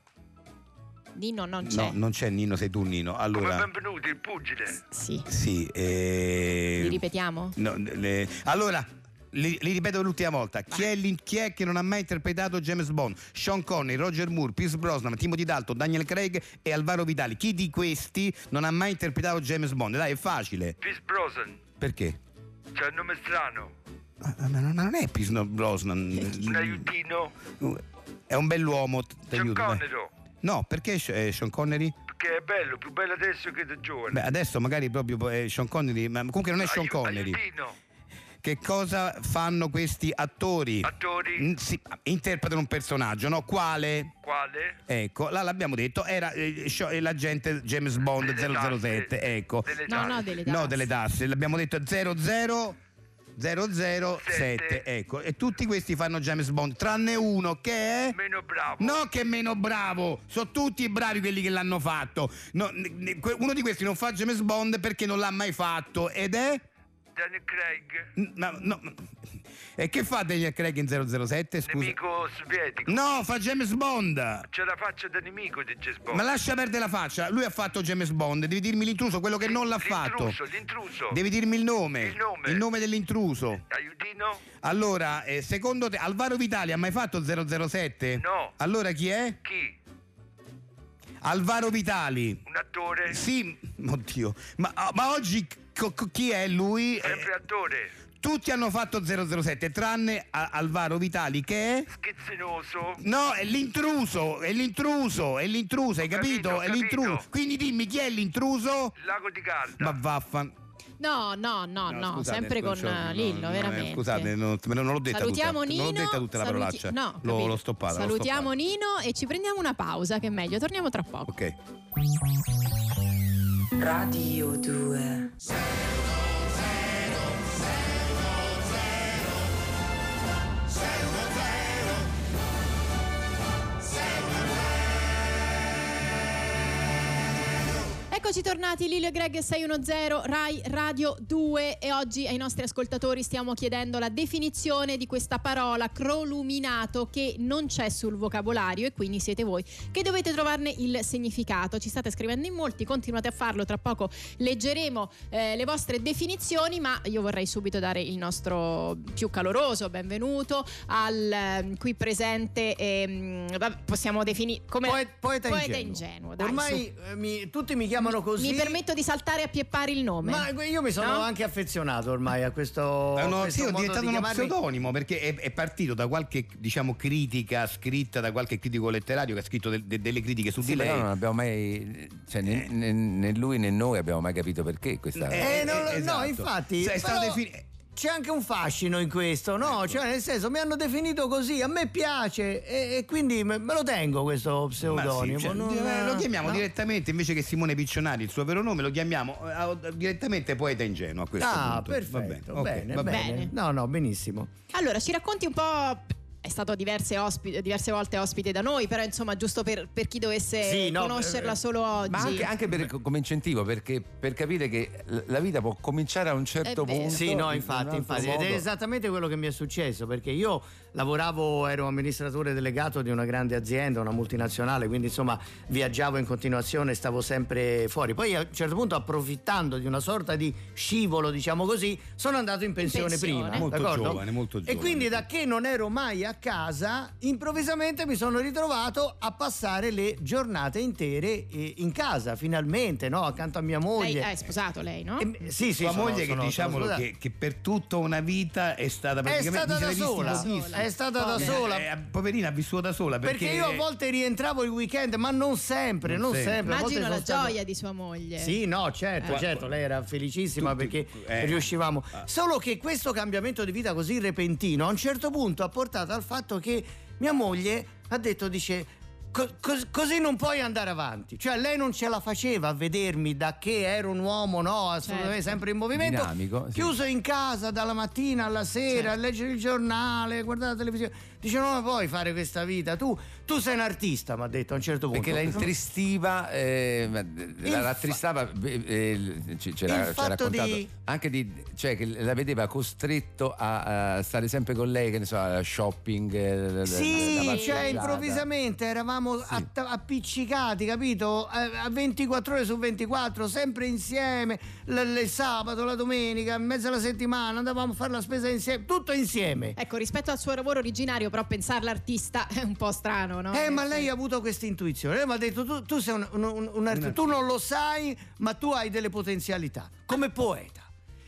S2: Nino non c'è.
S3: No, non c'è Nino, sei tu Nino.
S5: come
S3: Allora,
S5: benvenuti, il pugile.
S2: Sì,
S3: sì, eh,
S2: li ripetiamo?
S3: no, le- allora, li, li ripeto per l'ultima volta. Chi è, l'in- chi è che non ha mai interpretato James Bond? Sean Connery, Roger Moore, Pierce Brosnan, Timothy Dalton, Daniel Craig e Alvaro Vitali. Chi di questi non ha mai interpretato James Bond? Dai, è facile.
S5: Pierce Brosnan,
S3: Perché?
S5: c'è un nome strano.
S3: Ma, ma- ma non è Pierce
S5: Un
S3: Brosnan.
S5: aiutino.
S3: È un bell'uomo. t-
S5: C'è un
S3: t'aiuto, vai.
S5: conero.
S3: No, perché eh, Sean Connery?
S5: Che è bello, più bello adesso che da
S3: Beh,
S5: giovane.
S3: adesso magari proprio eh, Sean Connery, ma comunque non è Sean
S5: Aiu-
S3: Connery.
S5: Aiutino.
S3: Che cosa fanno questi attori?
S5: Attori.
S3: Mm, sì, interpretano un personaggio, no? Quale?
S5: Quale?
S3: Ecco, là l'abbiamo detto, era eh, scio- eh, l'agente James Bond
S5: Delle tasse.
S3: 007, ecco.
S5: Delle
S2: No, no,
S5: tasse.
S2: delle
S3: No,
S2: tasse.
S3: delle tasse, l'abbiamo detto 00 007,
S5: Sette.
S3: ecco. E tutti questi fanno James Bond, tranne uno che è...
S5: Meno bravo.
S3: No, che meno bravo! Sono tutti bravi quelli che l'hanno fatto. No, ne- ne- que- uno di questi non fa James Bond perché non l'ha mai fatto ed è.
S5: Daniel Craig,
S3: N- No, no. E che fa Daniel Craig in 007? Scusa.
S5: nemico sovietico.
S3: No, fa James Bond!
S5: C'è la faccia da nemico di Gesbo.
S3: Ma lascia perdere la faccia, lui ha fatto James Bond, devi dirmi l'intruso, quello che non l'ha fatto.
S5: L'intruso, l'intruso.
S3: Devi dirmi il nome.
S5: Il nome.
S3: dell'intruso.
S5: Aiutino?
S3: Allora, eh, secondo te Alvaro Vitali ha mai fatto 007?
S5: No.
S3: Allora chi è?
S5: Chi?
S3: Alvaro Vitali.
S5: Un attore?
S3: Sì, oddio, ma, ah, ma oggi co- co- chi è lui? Eh,
S5: Sempre attore.
S3: tutti hanno fatto 007, tranne a- Alvaro Vitali che è...
S5: Schizzinoso.
S3: No, è l'intruso, è l'intruso, è l'intruso, hai
S5: Ho
S3: capito?
S5: capito, ho
S3: È l'intruso.
S5: capito.
S3: Quindi dimmi chi è l'intruso?
S5: Lago di carta.
S3: Ma vaffan...
S2: No, no, no, no,
S3: scusate,
S2: sempre con
S3: non ce l'ho-
S2: eh,
S3: no,
S2: Lillo,
S3: no, eh,
S2: veramente.
S3: Scusate, non, non l'ho detta
S2: Salutiamo
S3: tutta.
S2: Nino.
S3: Non l'ho detta tutta la
S2: saluti-
S3: parolaccia.
S2: no,
S3: L'ho-
S2: capito.
S3: l'ho stoppata. l'ho
S2: Salutiamo
S3: stoppata.
S2: Nino e ci prendiamo una pausa, che è meglio. Torniamo tra poco.
S3: Ok.
S1: Radio 2.
S2: Eccoci tornati, Lilio e Greg 610 Rai Radio 2 e oggi ai nostri ascoltatori stiamo chiedendo la definizione di questa parola croluminato che non c'è sul vocabolario e quindi siete voi che dovete trovarne il significato. Ci state scrivendo in molti, continuate a farlo, tra poco leggeremo eh, le vostre definizioni, ma io vorrei subito dare il nostro più caloroso benvenuto al ehm, qui presente, ehm, vabbè, possiamo definire come
S8: Poe- poeta,
S2: poeta
S8: ingenuo.
S2: ingenuo, dai, su.
S8: Ormai eh, mi- tutti mi chiamano così.
S2: Mi permetto di saltare a pieppare il nome.
S8: Ma io mi sono
S2: No?
S8: anche affezionato ormai a questo.
S3: È,
S8: a
S3: uno-
S8: questo
S3: Eh, sì, è
S8: modo
S3: diventato
S8: di
S3: uno
S8: chiamarmi.
S3: pseudonimo perché è, è partito da qualche diciamo, critica scritta da qualche critico letterario che ha scritto del- de- delle critiche su
S4: Sì,
S3: di lei.
S4: però non abbiamo mai. Cioè, né, né- né lui né noi abbiamo mai capito perché questa.
S8: Eh,
S3: Eh,
S8: non lo-
S3: eh, esatto.
S8: No, infatti.
S3: Cioè, è stato Ecco.
S8: però
S3: defini-
S8: C'è anche un fascino in questo, no? Cioè, nel senso, mi hanno definito così, a me piace e, e quindi me, me lo tengo questo
S3: Ma sì,
S8: pseudonimo.
S3: cioè,
S8: non-
S3: eh, lo chiamiamo
S8: no?
S3: direttamente invece che Simone Piccionari, il suo vero nome, lo chiamiamo eh, direttamente poeta ingenuo a questo
S8: Ah,
S3: punto.
S8: perfetto.
S3: Va
S8: Bene,
S3: ok,
S8: bene,
S3: va
S2: Bene.
S8: No, no, benissimo.
S2: Allora, ci racconti un po'. È stato diverse, ospi- diverse volte ospite da noi, però insomma, giusto per, per chi dovesse
S8: Sì, no,
S2: conoscerla
S8: eh,
S2: solo oggi.
S4: Ma anche, anche per- come incentivo, perché per capire che l- la vita può cominciare a un certo
S2: È vero.
S4: punto.
S8: Sì, no,
S4: in un
S8: infatti,
S4: altro
S8: infatti, ed è
S4: modo.
S8: esattamente quello che mi è successo, perché io lavoravo, ero amministratore delegato di una grande azienda, una multinazionale, quindi insomma viaggiavo in continuazione, stavo sempre fuori. Poi a un certo punto, approfittando di una sorta di scivolo, diciamo così, sono andato in pensione,
S2: pensione.
S8: prima.
S3: Molto
S8: d'accordo?
S3: giovane, molto
S8: E
S3: giovane.
S8: quindi da che non ero mai a casa, improvvisamente mi sono ritrovato a passare le giornate intere eh, in casa, finalmente, no? accanto a mia
S2: lei
S8: moglie.
S2: eh, è sposato lei, no?
S8: E- sì, sì,
S3: Sua
S8: sono-
S3: moglie
S8: sono-
S3: che diciamolo
S8: sono-
S3: che, che per tutta una vita è stata
S8: è
S3: praticamente
S8: stata
S3: vi
S8: da
S3: siete visti
S8: sola,
S3: pochissimo.
S8: è stata da
S2: Povera.
S8: sola.
S3: Eh, poverina ha vissuto da sola perché,
S8: Perché io a volte rientravo il weekend, ma non sempre,
S3: Non
S8: non
S3: sempre.
S8: sempre. a volte
S2: Immagino
S8: sono
S2: la
S8: stato-
S2: gioia di sua moglie.
S8: Sì, no, certo,
S3: Eh.
S8: certo, lei era felicissima
S3: Tutti-
S8: perché
S3: eh.
S8: riuscivamo.
S3: Ah.
S8: Solo che questo cambiamento di vita così repentino a un certo punto ha portato al fatto che mia moglie ha detto, dice, "Co- cos- così non puoi andare avanti. Cioè lei non ce la faceva a vedermi da che ero un uomo, no, assolutamente
S2: Certo.
S8: sempre in movimento.
S4: Dinamico, sì.
S8: Chiuso in casa dalla mattina alla sera,
S2: Certo.
S8: a leggere il giornale, guardare la televisione. Dice, non la puoi fare questa vita. Tu, tu sei un artista, mi ha detto a un certo punto.
S4: Perché la intristiva, eh, ma- la
S8: fa-
S4: rattristava, eh, eh, ci, ce l'ha,
S8: Il
S4: ci ha
S8: fatto
S4: raccontato,
S8: di-
S4: anche di, cioè che la vedeva costretto a, a stare sempre con lei, che ne so, al shopping, eh, la- la
S8: Sì, cioè
S4: passeggiata.
S8: improvvisamente eravamo att- appiccicati, capito? A a 24 ore su 24, sempre insieme, l- il sabato, la domenica, in mezzo alla settimana, andavamo a fare la spesa insieme, tutto insieme.
S2: Ecco, rispetto al suo lavoro originario, però pensarla artista è un po' strano, no?
S8: Eh, ma lei ha avuto questa intuizione. Lei mi ha detto: tu, tu sei un, un- un- un arti- tu non lo sai, ma tu hai delle potenzialità come poeta.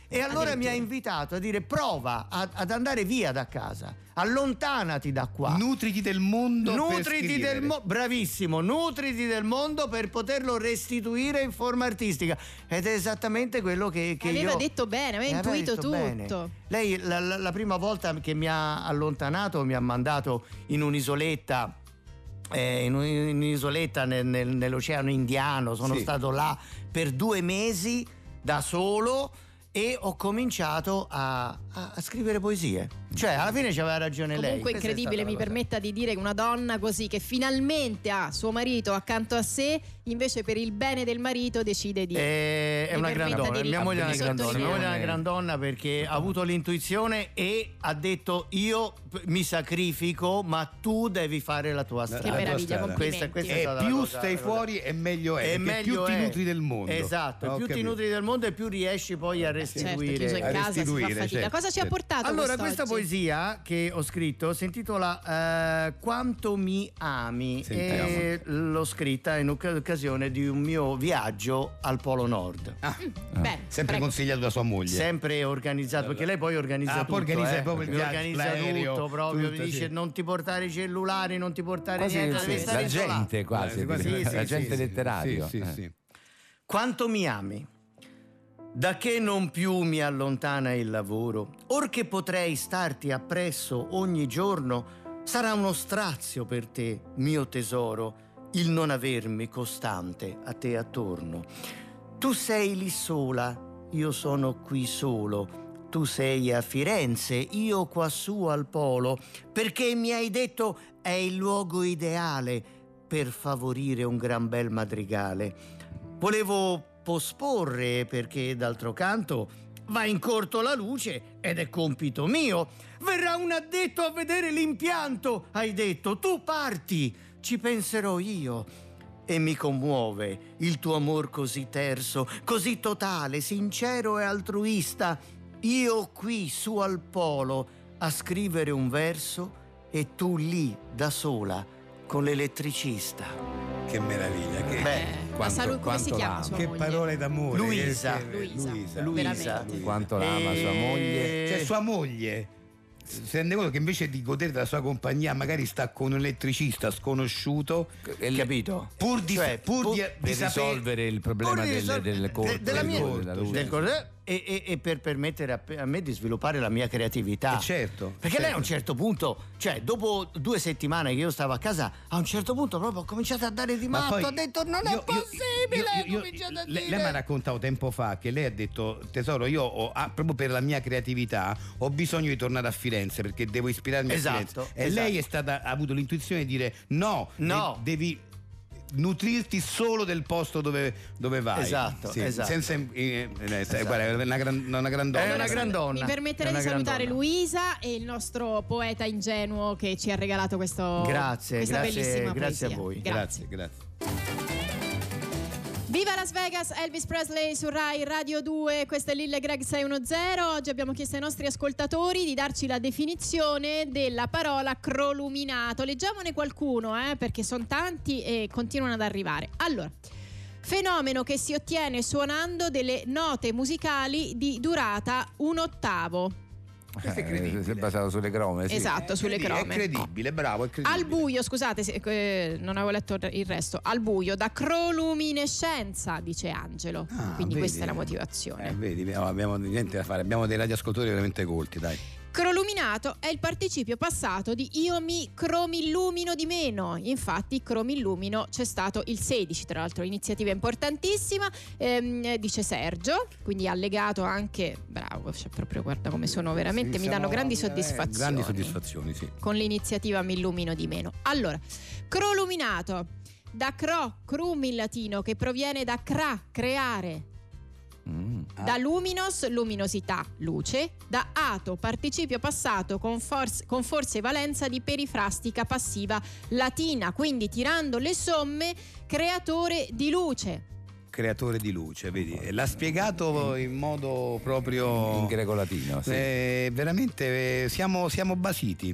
S8: E allora mi ha invitato a dire: prova a- ad andare via da casa, allontanati da qua.
S3: nutriti del mondo per
S8: Nutriti
S3: scrivere.
S8: del mondo, bravissimo, nutriti del mondo per poterlo restituire in forma artistica. Ed è esattamente quello che, che
S2: Aveva
S8: io- Eh,
S2: detto bene, aveva
S8: Aveva
S2: intuito
S8: detto bene.
S2: tutto.
S8: Lei la, la- la prima volta che mi ha allontanato mi ha mandato in un'isoletta. eh, in un- in un'isoletta nel- nel- nell'oceano indiano, sono
S4: Sì.
S8: stato là per due mesi da solo e ho cominciato a, a- a scrivere poesie. Cioè, alla fine c'aveva ragione lei.
S2: Comunque
S8: Questa è
S2: incredibile,
S8: stata
S2: mi
S8: la cosa.
S2: permetta di dire che una donna così che finalmente ha suo marito accanto a sé, invece per il bene del marito decide di...
S8: Eh, è
S2: Mi
S8: una
S2: permetta
S8: grandonna,
S2: di
S8: mia moglie è una
S2: sottolineare.
S8: grandonna, mia moglie è una grandonna perché ha avuto l'intuizione e ha detto io p- mi sacrifico ma tu devi fare la tua strada.
S3: tua
S2: meraviglia,
S3: strada.
S8: Questa, questa è
S2: complimenti.
S3: E
S8: stata la
S3: più
S8: cosa-
S3: stai
S8: la cosa-
S3: fuori e meglio è,
S8: E
S3: perché
S8: meglio
S3: più
S8: è.
S3: ti nutri del mondo.
S8: Esatto,
S3: Ho
S8: più ti
S3: capito.
S8: nutri del mondo e più riesci poi a
S2: Certo,
S8: restituire.
S2: chiuso in
S3: A
S2: casa si fa
S3: restituire,
S2: fatica.
S3: certo,
S2: Cosa ci ha
S3: certo.
S2: portato
S8: Allora, questa
S2: quest'oggi?
S8: poesia che ho scritto si intitola eh, Quanto mi ami
S3: Sentiamo.
S8: e l'ho scritta in oc- occasione di un mio viaggio al Polo Nord.
S3: Ah,
S2: Bene,
S3: sempre
S2: prego.
S3: consigliato da sua moglie.
S8: Sempre organizzato, perché lei poi organizza
S3: Ah,
S8: tutto.
S3: poi organizza
S8: eh.
S3: proprio il
S8: Perché
S3: viaggio,
S8: organizza
S3: l'aereo,
S8: tutto proprio,
S3: tutto,
S8: mi dice
S3: sì.
S8: non ti portare i cellulari, non ti portare
S4: Quasi-
S8: niente,
S4: sì,
S8: devi stare
S4: la
S8: isolato.
S4: gente quasi,
S8: Sì, sì,
S4: la
S8: sì,
S4: gente
S8: sì.
S4: letteraria.
S3: Sì, sì, sì.
S8: Quanto mi ami? Da che non più mi allontana il lavoro, or che potrei starti appresso ogni giorno, sarà uno strazio per te, mio tesoro, il non avermi costante a te attorno. Tu sei lì sola, io sono qui solo. Tu sei a Firenze, io quassù al polo, perché mi hai detto è il luogo ideale per favorire un gran bel madrigale. Volevo posporre perché d'altro canto va in corto la luce ed è compito mio. Verrà un addetto a vedere l'impianto, hai detto, tu parti, ci penserò io. E mi commuove il tuo amor così terso, così totale, sincero e altruista. Io qui su al polo a scrivere un verso e tu lì da sola con l'elettricista.
S4: Che meraviglia, che,
S8: Beh,
S2: ma
S4: quanto-
S2: saluto, come si
S4: quanto
S2: chiama
S4: l'amo.
S2: sua
S4: Che
S7: Che
S2: moglie?
S7: parole d'amore.
S8: Luisa.
S7: che-
S2: Luisa.
S7: Luisa.
S8: Luisa.
S2: Veramente.
S4: quanto l'ama sua
S8: Eh,
S4: moglie.
S3: Cioè, sua moglie si rende conto che invece di godere della sua compagnia, magari sta con un elettricista sconosciuto.
S4: E le-
S8: Capito?
S3: Pur di,
S8: Cioè,
S3: pur
S8: pur-
S3: di, eh,
S4: per
S3: di sapere-
S4: risolvere il problema
S8: Pur di
S4: del,
S8: risol-
S4: del
S8: de-
S4: corpo,
S8: della
S4: del
S8: mia-
S4: corpo, della luce.
S8: del cordè e, e- e per permettere a, a me di sviluppare la mia creatività.
S3: Eh, certo,
S8: Perché lei a un
S3: certo.
S8: certo punto, cioè dopo due settimane che io stavo a casa, a un certo punto proprio ho cominciato a dare di matto,
S3: poi
S8: ho detto non
S3: io-
S8: è
S3: io-
S8: possibile,
S3: io-
S8: ho
S3: io-
S8: cominciato a
S3: lei-
S8: dire.
S3: Lei mi ha raccontato tempo fa che lei ha detto tesoro io ho- ah, proprio per la mia creatività ho bisogno di tornare a Firenze perché devo ispirarmi a
S8: Esatto,
S3: Firenze. E
S8: esatto.
S3: lei è stata, ha avuto l'intuizione di dire no,
S8: No.
S3: de- devi nutrirti solo del posto dove, dove vai.
S8: Esatto, esatto.
S3: senza- eh, eh, guarda, è una, gran, una grandona.
S8: È una grandonna.
S2: Mi permetterei
S8: È
S2: di
S8: una
S2: salutare
S8: grandonna.
S2: Luisa e il nostro poeta ingenuo che ci ha regalato questo,
S8: Grazie,
S2: questa
S8: grazie,
S2: bellissima
S8: grazie a
S2: poesia.
S8: voi.
S3: Grazie, grazie.
S2: Viva Las Vegas, Elvis Presley su Rai Radio 2, questa è Lille Greg 610. Oggi abbiamo chiesto ai nostri ascoltatori di darci la definizione della parola croluminato. Leggiamone qualcuno, eh, perché sono tanti e continuano ad arrivare. Allora, fenomeno che si ottiene suonando delle note musicali di durata un ottavo.
S3: Questo è
S4: Eh,
S3: credibile.
S4: si è basato sulle
S3: Eh
S4: crome, sì.
S2: esatto, sulle
S3: Credi- È
S2: crome.
S3: credibile, bravo, è credibile.
S2: Al buio, scusate, se- eh, non avevo letto il resto. Al buio, da croluminescenza, dice Angelo.
S3: Ah,
S2: Quindi
S3: vedi.
S2: questa è la motivazione.
S3: Eh, vedi, abbiamo, abbiamo niente da fare, abbiamo dei radioascoltatori veramente colti, dai.
S2: Croluminato è il participio passato di io mi cromillumino di meno. Infatti, cromillumino c'è stato il 16, tra l'altro, iniziativa importantissima, ehm, dice Sergio. Quindi ha legato anche. Bravo, cioè proprio guarda come sono veramente, mi
S3: Sì,
S2: danno
S3: siamo-
S2: grandi
S3: eh,
S2: soddisfazioni.
S3: Grandi soddisfazioni, sì.
S2: Con l'iniziativa mi illumino di meno. Allora, croluminato da cro, crum in latino, che proviene da cra, creare,
S4: Mm.
S2: da luminos, luminosità, luce, da ato, participio passato con, forse con forza e valenza di perifrastica passiva latina, quindi tirando le somme, creatore di luce.
S3: Creatore di luce, vedi? E L'ha spiegato in modo proprio...
S4: In greco-latino, sì.
S3: Eh, veramente eh, siamo, siamo basiti.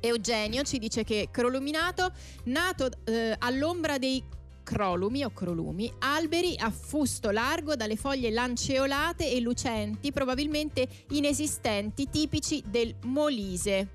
S2: Eugenio ci dice che croluminato, nato eh, all'ombra dei crolumi o crolumi, alberi a fusto largo dalle foglie lanceolate e lucenti, probabilmente inesistenti, tipici del Molise.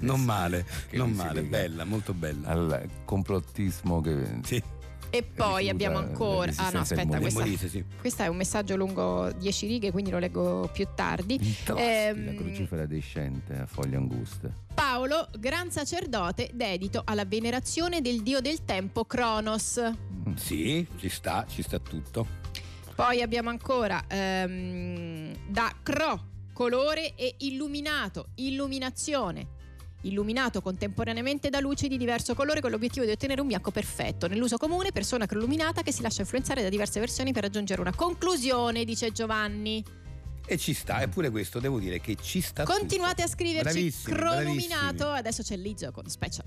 S3: non male,
S4: Che
S3: non
S4: si
S3: male,
S4: lega
S3: bella, molto bella.
S4: Al complottismo che...
S3: Sì,
S2: E poi
S4: Rifiuta
S2: abbiamo ancora... Ah no,
S4: l'esistenza del
S2: aspetta,
S4: Molise.
S2: questa,
S3: Demolise, sì.
S2: Questo è un messaggio lungo 10 righe, quindi lo leggo più tardi.
S4: Intosti, la
S2: Ehm,
S4: crocifera descente a foglie anguste.
S2: Paolo, gran sacerdote, dedito alla venerazione del dio del tempo Cronos.
S4: Mm.
S3: Sì, ci sta, ci sta tutto.
S2: Poi abbiamo ancora ehm, da cro, colore e illuminato, illuminazione. Illuminato contemporaneamente da luci di diverso colore con l'obiettivo di ottenere un bianco perfetto. Nell'uso comune, persona croluminata che si lascia influenzare da diverse versioni per raggiungere una conclusione, dice Giovanni.
S3: E ci sta, eppure questo devo dire che ci sta
S2: Continuate a
S3: tutto.
S2: scriverci
S3: Bravissimi,
S2: croluminato. Adesso c'è Lizzo con special.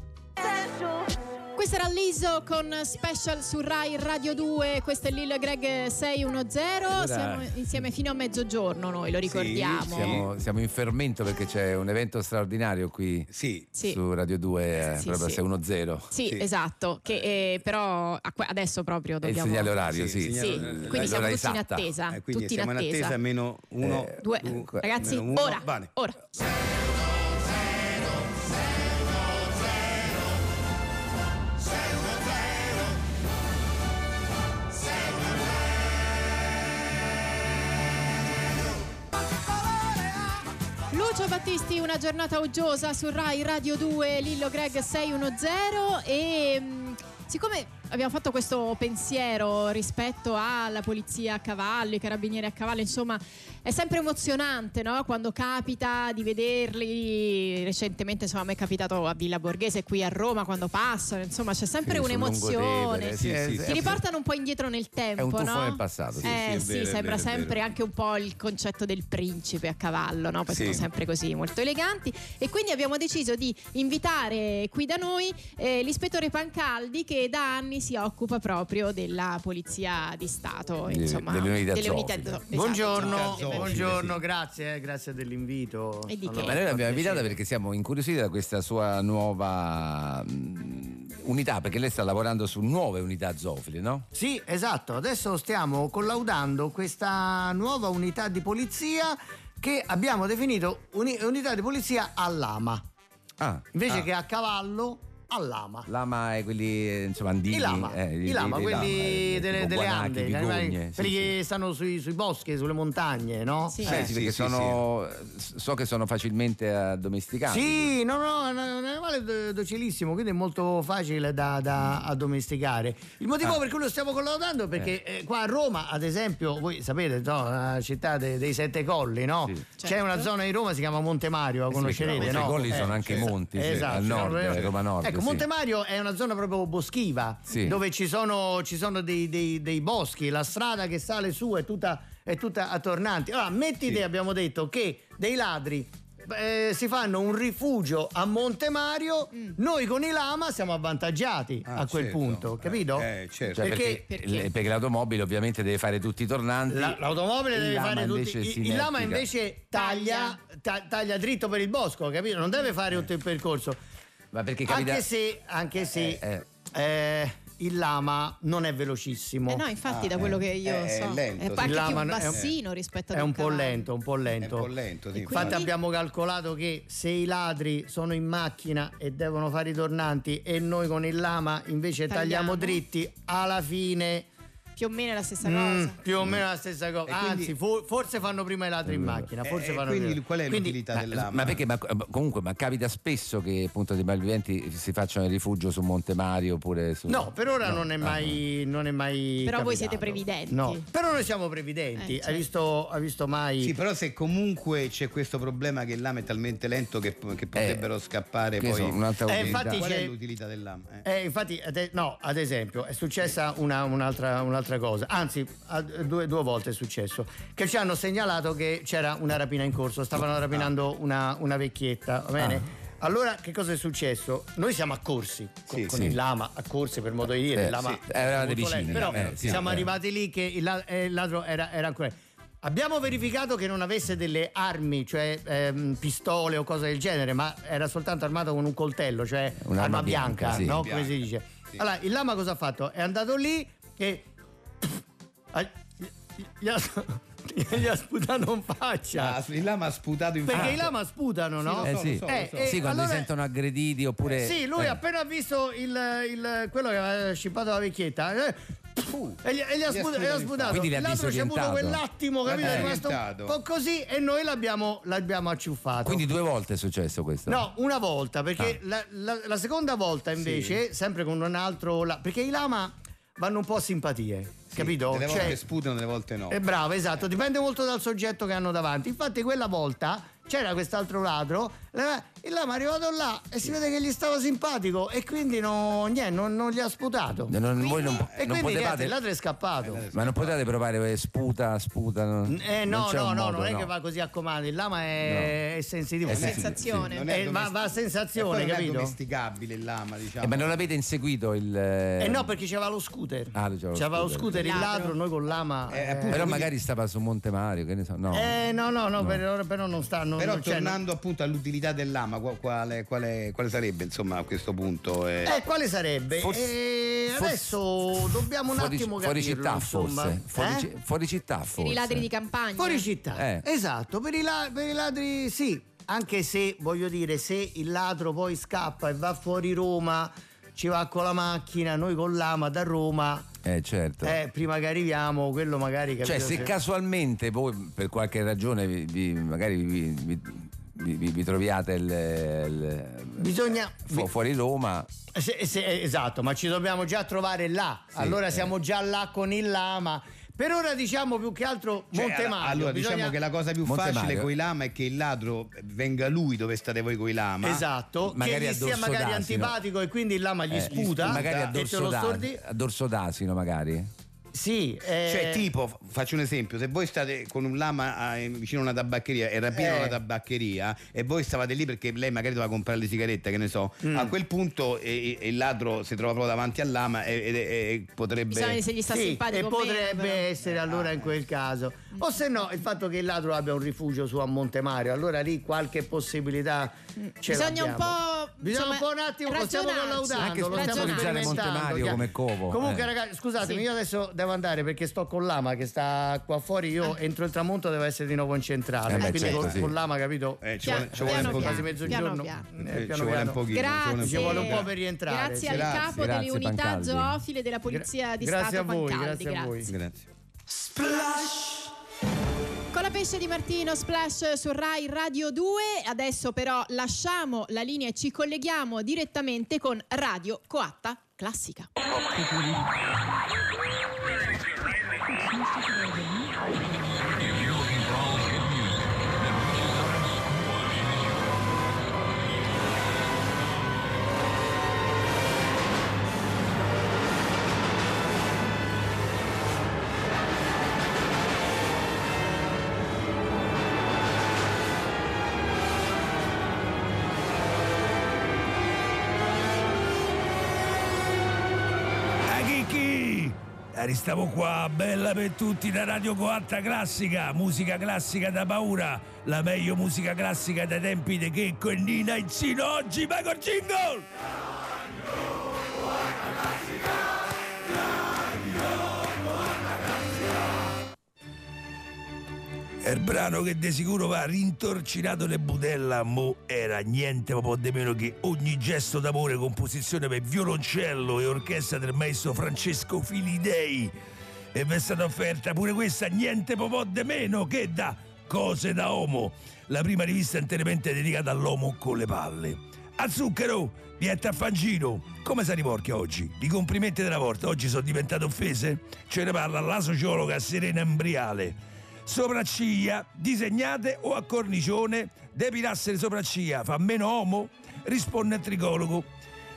S2: Questa era Lizzo con special su Rai Radio 2, questo è Lil Greg 610, siamo insieme fino a mezzogiorno noi, lo ricordiamo.
S4: Siamo, siamo in fermento perché c'è un evento straordinario qui
S3: bravissimi. Sì,
S2: Sì.
S4: su Radio 2, eh,
S2: Sì,
S4: proprio
S2: sì.
S4: 610.
S2: Sì,
S3: Sì. Eh,
S2: esatto, che eh, però a que- adesso proprio
S4: È il
S2: dobbiamo...
S4: segnale orario,
S3: Sì,
S4: sì.
S3: il
S2: Sì,
S3: segnale orario.
S2: quindi siamo
S4: L'ora
S2: tutti in
S4: esatta.
S2: attesa.
S3: Eh, quindi
S2: tutti in
S3: siamo
S2: attesa.
S3: meno uno.
S4: Eh,
S2: Due.
S3: due,
S2: Ragazzi,
S3: meno uno.
S2: ora,
S3: Vale.
S2: ora. Lucio Battisti, una giornata uggiosa su Rai Radio 2, Lillo Greg 610 e mh, mm, siccome abbiamo fatto questo pensiero rispetto alla polizia a cavallo, i carabinieri a cavallo, insomma è sempre emozionante no? quando capita di vederli, recentemente insomma mi è capitato a Villa Borghese qui a Roma quando passano, insomma c'è sempre
S4: Sì, sul
S2: un'emozione,
S4: Lungotevere, sì, sì,
S2: ti
S4: sì.
S2: riportano un po' indietro nel tempo.
S4: È un tuffo
S2: no?
S4: nel passato, sì,
S2: Eh,
S4: sì, è
S2: sì,
S4: vero, è
S2: sembra
S4: vero, è
S2: sempre
S4: vero.
S2: anche un po' il concetto del principe a cavallo, no? perché
S4: Sì.
S2: sono sempre così molto eleganti e quindi abbiamo deciso di invitare qui da noi eh, l'ispettore Pancaldi che da anni si occupa proprio della polizia di Stato,
S4: Delle-
S2: insomma,
S4: delle unità zoofile.
S2: zo- esatto,
S8: Buongiorno,
S2: esatto.
S8: buongiorno, grazie, eh, grazie dell'invito.
S2: E di
S8: Sono
S2: che?
S4: Ma noi l'abbiamo invitata
S8: piacere.
S4: perché siamo incuriositi da questa sua nuova mm, unità, perché lei sta lavorando su nuove unità zoofile, no?
S8: Sì, esatto, adesso stiamo collaudando questa nuova unità di polizia che abbiamo definito uni- unità di polizia all'ama,
S4: Ah,
S8: invece
S4: ah,
S8: che a cavallo all'ama.
S4: Lama e quelli eh, insomma andini
S8: I lama,
S4: eh,
S8: i lama,
S4: dei
S8: quelli
S4: lama, eh,
S8: delle,
S4: tipo
S8: delle
S4: guanachi,
S8: Ande, gli eh,
S4: bigogne,
S8: animali-
S4: sì,
S8: quelli
S4: sì.
S8: che stanno sui, sui boschi, sulle montagne, no?
S2: Sì.
S4: Eh,
S3: Eh,
S4: sì,
S3: sì,
S4: perché
S3: sì,
S4: sono, so che sono facilmente eh, addomesticati.
S8: Sì, no, no, è un è un animale do- docilissimo, quindi è molto facile da, da addomesticare. Il motivo
S4: Mm. Ah.
S8: per cui lo stiamo collaudando è perché eh, qua a Roma, ad esempio, voi sapete, no, la città de- dei Sette Colli, no?
S4: Sì.
S8: C'è
S2: Certo.
S8: una zona di Roma, si chiama Monte Mario, la
S4: Eh sì,
S8: conoscerete,
S4: perché
S8: no?
S4: i colli sono anche
S8: esatto,
S4: monti, sì, al
S8: ci sono
S4: nord,
S8: proprio-
S4: eh, Roma Nord,
S8: Ecco,
S4: sì.
S8: Monte Mario è una zona proprio boschiva,
S4: Sì.
S8: dove ci sono, ci sono dei, dei- dei boschi, la strada che sale su è tutta, è tutta a tornanti. Allora, mettiti, abbiamo detto, che dei ladri eh, si fanno un rifugio a Monte Mario, noi con i lama siamo avvantaggiati
S3: Ah,
S8: a quel
S3: certo.
S8: punto, capito?
S3: Eh, eh, certo.
S4: Cioè, perché,
S8: perché-
S2: perché?
S4: l- perché l'automobile ovviamente deve fare tutti i tornanti.
S8: La- l'automobile
S4: il
S8: deve
S4: lama
S8: fare tutti.
S4: invece
S8: Il,
S4: si
S8: il lama
S4: inertica.
S8: invece taglia, ta- taglia dritto per il bosco, capito? Non deve fare tutto il percorso.
S4: Ma perché capita...
S8: Anche se, anche se
S4: Eh,
S8: eh, il lama non è velocissimo.
S2: Eh no, infatti da
S3: Ah,
S2: quello
S3: eh.
S2: che io
S3: Eh, è
S2: so
S3: lento,
S2: è
S3: sì.
S2: anche
S8: Il
S2: più
S8: lama è un-
S2: bassino rispetto a
S8: eh, è un po' lento, un po' lento.
S3: È un po' lento,
S2: E
S3: sì, infatti.
S8: Infatti
S2: Quindi-
S8: abbiamo calcolato che se i ladri sono in macchina e devono fare i tornanti e noi con il lama invece
S2: Tagliamo.
S8: tagliamo, dritti, alla fine
S2: più o meno è la stessa
S8: mm,
S2: cosa.
S8: più o meno la stessa cosa.
S3: E
S8: Anzi,
S3: quindi-
S8: fo- forse fanno prima i ladri in macchina, forse
S3: Eh,
S8: fanno
S3: quindi
S8: prima.
S3: qual è
S8: Quindi-
S3: l'utilità
S4: ma-
S3: del lama?
S4: ma perché ma- ma comunque ma capita spesso che appunto dei malviventi si facciano il rifugio su Monte Mario oppure su
S8: No, per ora
S4: No,
S8: non, è
S4: ah,
S8: mai, non è mai.
S2: Però voi
S8: capitato.
S2: siete previdenti.
S8: No, però noi siamo
S2: Eh,
S8: previdenti.
S2: certo.
S8: hai, visto, hai visto mai.
S3: Sì, però se comunque c'è questo problema che il lame è talmente lento che, che potrebbero
S4: Eh,
S3: scappare
S4: che
S3: poi...
S4: so, un'altra
S8: Eh,
S4: utilità.
S8: infatti
S3: Qual è
S8: c'è-
S3: l'utilità del lame? Eh.
S8: Eh, infatti, ade- no, ad esempio, è successa una- un'altra, un'altra cosa, anzi, a- due, due volte è successo, che ci hanno segnalato che c'era una rapina in corso, stavano
S4: Ah.
S8: rapinando una, una vecchietta, va bene? Allora, che cosa è successo? Noi siamo accorsi con,
S3: Sì,
S8: con
S4: sì.
S8: il lama, accorsi per modo di dire,
S4: Eh,
S8: il lama
S4: sì, eravate
S8: molto lento,
S4: vicini,
S8: però
S4: eh, sì,
S8: siamo
S4: eh.
S8: arrivati lì che il, la- eh, il ladro era, era ancora... Abbiamo verificato che non avesse delle armi, cioè ehm, pistole o cose del genere, ma era soltanto armato con un coltello, cioè
S4: Un'arma
S8: arma bianca,
S4: bianca, sì.
S8: no?
S3: Bianca,
S8: Come si dice?
S3: sì.
S8: Allora, il lama cosa ha fatto? È andato lì e. Ah, Gli ha, gli ha sputato in faccia.
S3: Ah, il lama ha sputato in
S8: perché
S3: faccia.
S8: i lama sputano, no?
S4: Eh,
S3: lo so, lo
S4: sì.
S3: so, lo
S8: Eh,
S3: so.
S8: eh,
S4: sì, quando si
S8: allora-
S4: sentono aggrediti oppure
S8: Sì, lui
S4: eh.
S8: appena ha visto il, il- quello che aveva scippato la vecchietta. eh, e gli, e gli ha,
S3: Gli ha sputato
S8: sput- e gli ha
S3: in Eh,
S8: sputato.
S4: faccia. Quindi l'ha
S8: L'altro ci ha avuto
S4: disorientato.
S8: quell'attimo,
S3: L'ha
S8: capito? È rimasto un
S3: disorientato.
S8: po' così e noi l'abbiamo, l'abbiamo acciuffato.
S4: Quindi due volte è successo questo.
S8: No, una volta, perché
S4: Ah.
S8: la, la- la seconda volta invece, sempre con un altro... la- perché i lama vanno un po' a simpatie, capito?
S3: Delle
S8: Cioè,
S3: volte sputano, delle volte no.
S8: è bravo, esatto,
S4: Eh.
S8: dipende molto dal soggetto che hanno davanti. Infatti quella volta c'era quest'altro ladro, la- il lama è arrivato là e si vede che gli stava simpatico e quindi no- niente, non, non gli ha sputato.
S4: No, non- voi non,
S8: e
S4: non
S8: quindi niente,
S4: potevate,
S8: il ladro è scappato.
S4: ma non potevate provare eh, sputa, sputa. non-
S8: Eh,
S4: non
S8: no,
S4: c'è
S8: no,
S4: un
S8: no,
S4: modo,
S8: non è
S4: no.
S8: che va così a comando, il lama è, è sensitivo.
S4: È
S8: Eh,
S4: sensitivo.
S2: sensazione.
S3: Non è
S8: eh, ma
S3: domesti-
S8: va a sensazione,
S3: e poi non
S8: capito?
S3: è domesticabile il lama, diciamo.
S4: Eh, ma non avete inseguito il.
S8: Eh no, perché c'aveva lo scooter.
S4: Ah, c'aveva lo
S8: C'aveva lo
S4: scooter.
S8: scooter, il ladro, noi con l'ama.
S3: Eh,
S8: eh,
S3: appunto,
S4: Però
S3: quindi-
S4: magari stava su Monte Mario, che ne so. No.
S8: eh, no, no, no, per ora- però non stanno.
S3: Però
S8: non, cioè,
S3: tornando appunto all'utilità del lama, qua- quale, quale- quale sarebbe insomma a questo punto? eh?
S8: non- Eh, quale sarebbe?
S4: Forse-
S8: Eh,
S4: forse-
S8: adesso dobbiamo un
S4: fuori,
S8: attimo
S4: fuori
S8: capirlo,
S4: città,
S8: insomma.
S4: forse. Fuori,
S8: Eh?
S4: ci- fuori città, forse.
S2: Per i ladri di campagna.
S8: Fuori città.
S4: Eh.
S8: Esatto, per i, la- per i ladri sì, anche se voglio dire, se il ladro poi scappa e va fuori Roma, ci va con la macchina, noi con l'ama da Roma,
S4: Eh, certo.
S8: eh, prima che arriviamo, quello magari
S4: Cioè,
S8: capito,
S4: se casualmente voi per qualche ragione vi, vi- magari vi, vi-
S9: vi, vi- vi troviate il, il- eh,
S8: Bisogna-
S9: fu- fuori Roma.
S8: Eh, Se- se- esatto, ma ci dobbiamo già trovare là. allora
S9: eh.
S8: siamo già là con il lama. Per ora diciamo più che altro
S10: Cioè,
S8: Montemario.
S10: Allora,
S8: bisogna-
S10: diciamo che la cosa più
S9: Monte
S10: facile
S9: Mario.
S10: con i lama è che il ladro venga lui dove state voi con i lama.
S8: Esatto,
S9: magari
S8: che
S9: a
S8: gli sia
S9: dorso
S8: magari
S9: d'asino.
S8: antipatico e quindi il lama gli
S9: eh,
S8: sputa
S9: magari a
S8: e te
S9: dorso,
S8: lo
S9: da-
S8: stordi.
S9: a dorso d'asino, magari.
S8: Sì, eh,
S10: Cioè, tipo, f- faccio un esempio: se voi state con un lama eh, vicino a una tabaccheria e rapinano
S8: Eh.
S10: una tabaccheria e voi stavate lì perché lei magari doveva comprare le sigarette, che ne so, a quel punto eh, eh, il ladro si trova proprio davanti al lama e, e- e- e potrebbe.
S2: Bisogna vedere se gli sta
S8: sì,
S2: simpatico
S8: e
S2: o meno,
S8: potrebbe
S2: però.
S8: essere
S10: Eh, ah.
S8: allora in quel caso. O se no, il fatto che il ladro abbia un rifugio su a Montemario, allora lì qualche possibilità ce
S2: Mm. Bisogna un
S8: l'abbiamo.
S2: po',
S8: Bisogna un
S2: insomma,
S8: po' un attimo, lo stiamo
S2: ragionarci.
S9: Anche
S8: collaudando, lo stiamo
S2: sponsorizzare
S8: sperimentando.
S9: Montemario
S8: chiaro.
S9: come covo,
S8: Comunque,
S9: eh.
S8: ragazzi, scusatemi,
S2: Sì.
S8: io adesso devo andare perché sto con l'ama che sta qua fuori. Io
S2: Ah.
S8: entro il tramonto devo essere di nuovo in centrale.
S9: Eh beh,
S8: quindi
S9: certo,
S8: con,
S9: sì.
S8: con l'ama, capito?
S10: Eh, ci
S2: Piano-
S10: vuole, ci vuole un
S2: piano
S10: pochino.
S8: quasi
S2: piano.
S8: mezzogiorno.
S2: piano.
S8: eh,
S10: Eh,
S8: piano
S10: ci vuole un
S8: piano.
S10: pochino.
S2: Grazie.
S10: ci vuole un
S8: po' per rientrare.
S2: Grazie, al
S10: Grazie.
S2: capo
S9: Grazie,
S2: delle unità
S9: Pancaldi.
S2: zoofile della Polizia di
S8: Grazie
S2: Stato
S8: a voi,
S2: Pancaldi.
S8: grazie a voi.
S10: pochino. Grazie.
S2: Con la pesce di Martino, Splash su Rai Radio 2. Adesso però lasciamo la linea e ci colleghiamo direttamente con Radio Coatta Classica.
S4: Aghichi! Eh, Restiamo qua, bella per tutti da Radio Coatta Classica, musica classica da paura, la meglio musica classica dai tempi di Checco e Nina Insino oggi, ma col jingle! È il brano che di sicuro va rintorcinato le budella, mo era niente proprio di meno che ogni gesto d'amore, composizione per violoncello e orchestra del maestro Francesco Filidei. E vi è stata offerta pure questa niente proprio di meno che da Cose da Homo, la prima rivista interamente dedicata all'uomo con le palle. A zucchero, dieta a fangino, come si riporchia oggi? Di complimenti della volta, oggi sono diventate offese? Ce ne parla la sociologa Serena Embriale. Sopracciglia disegnate o a cornicione, depilarsi le sopracciglia fa meno omo, risponde il tricologo.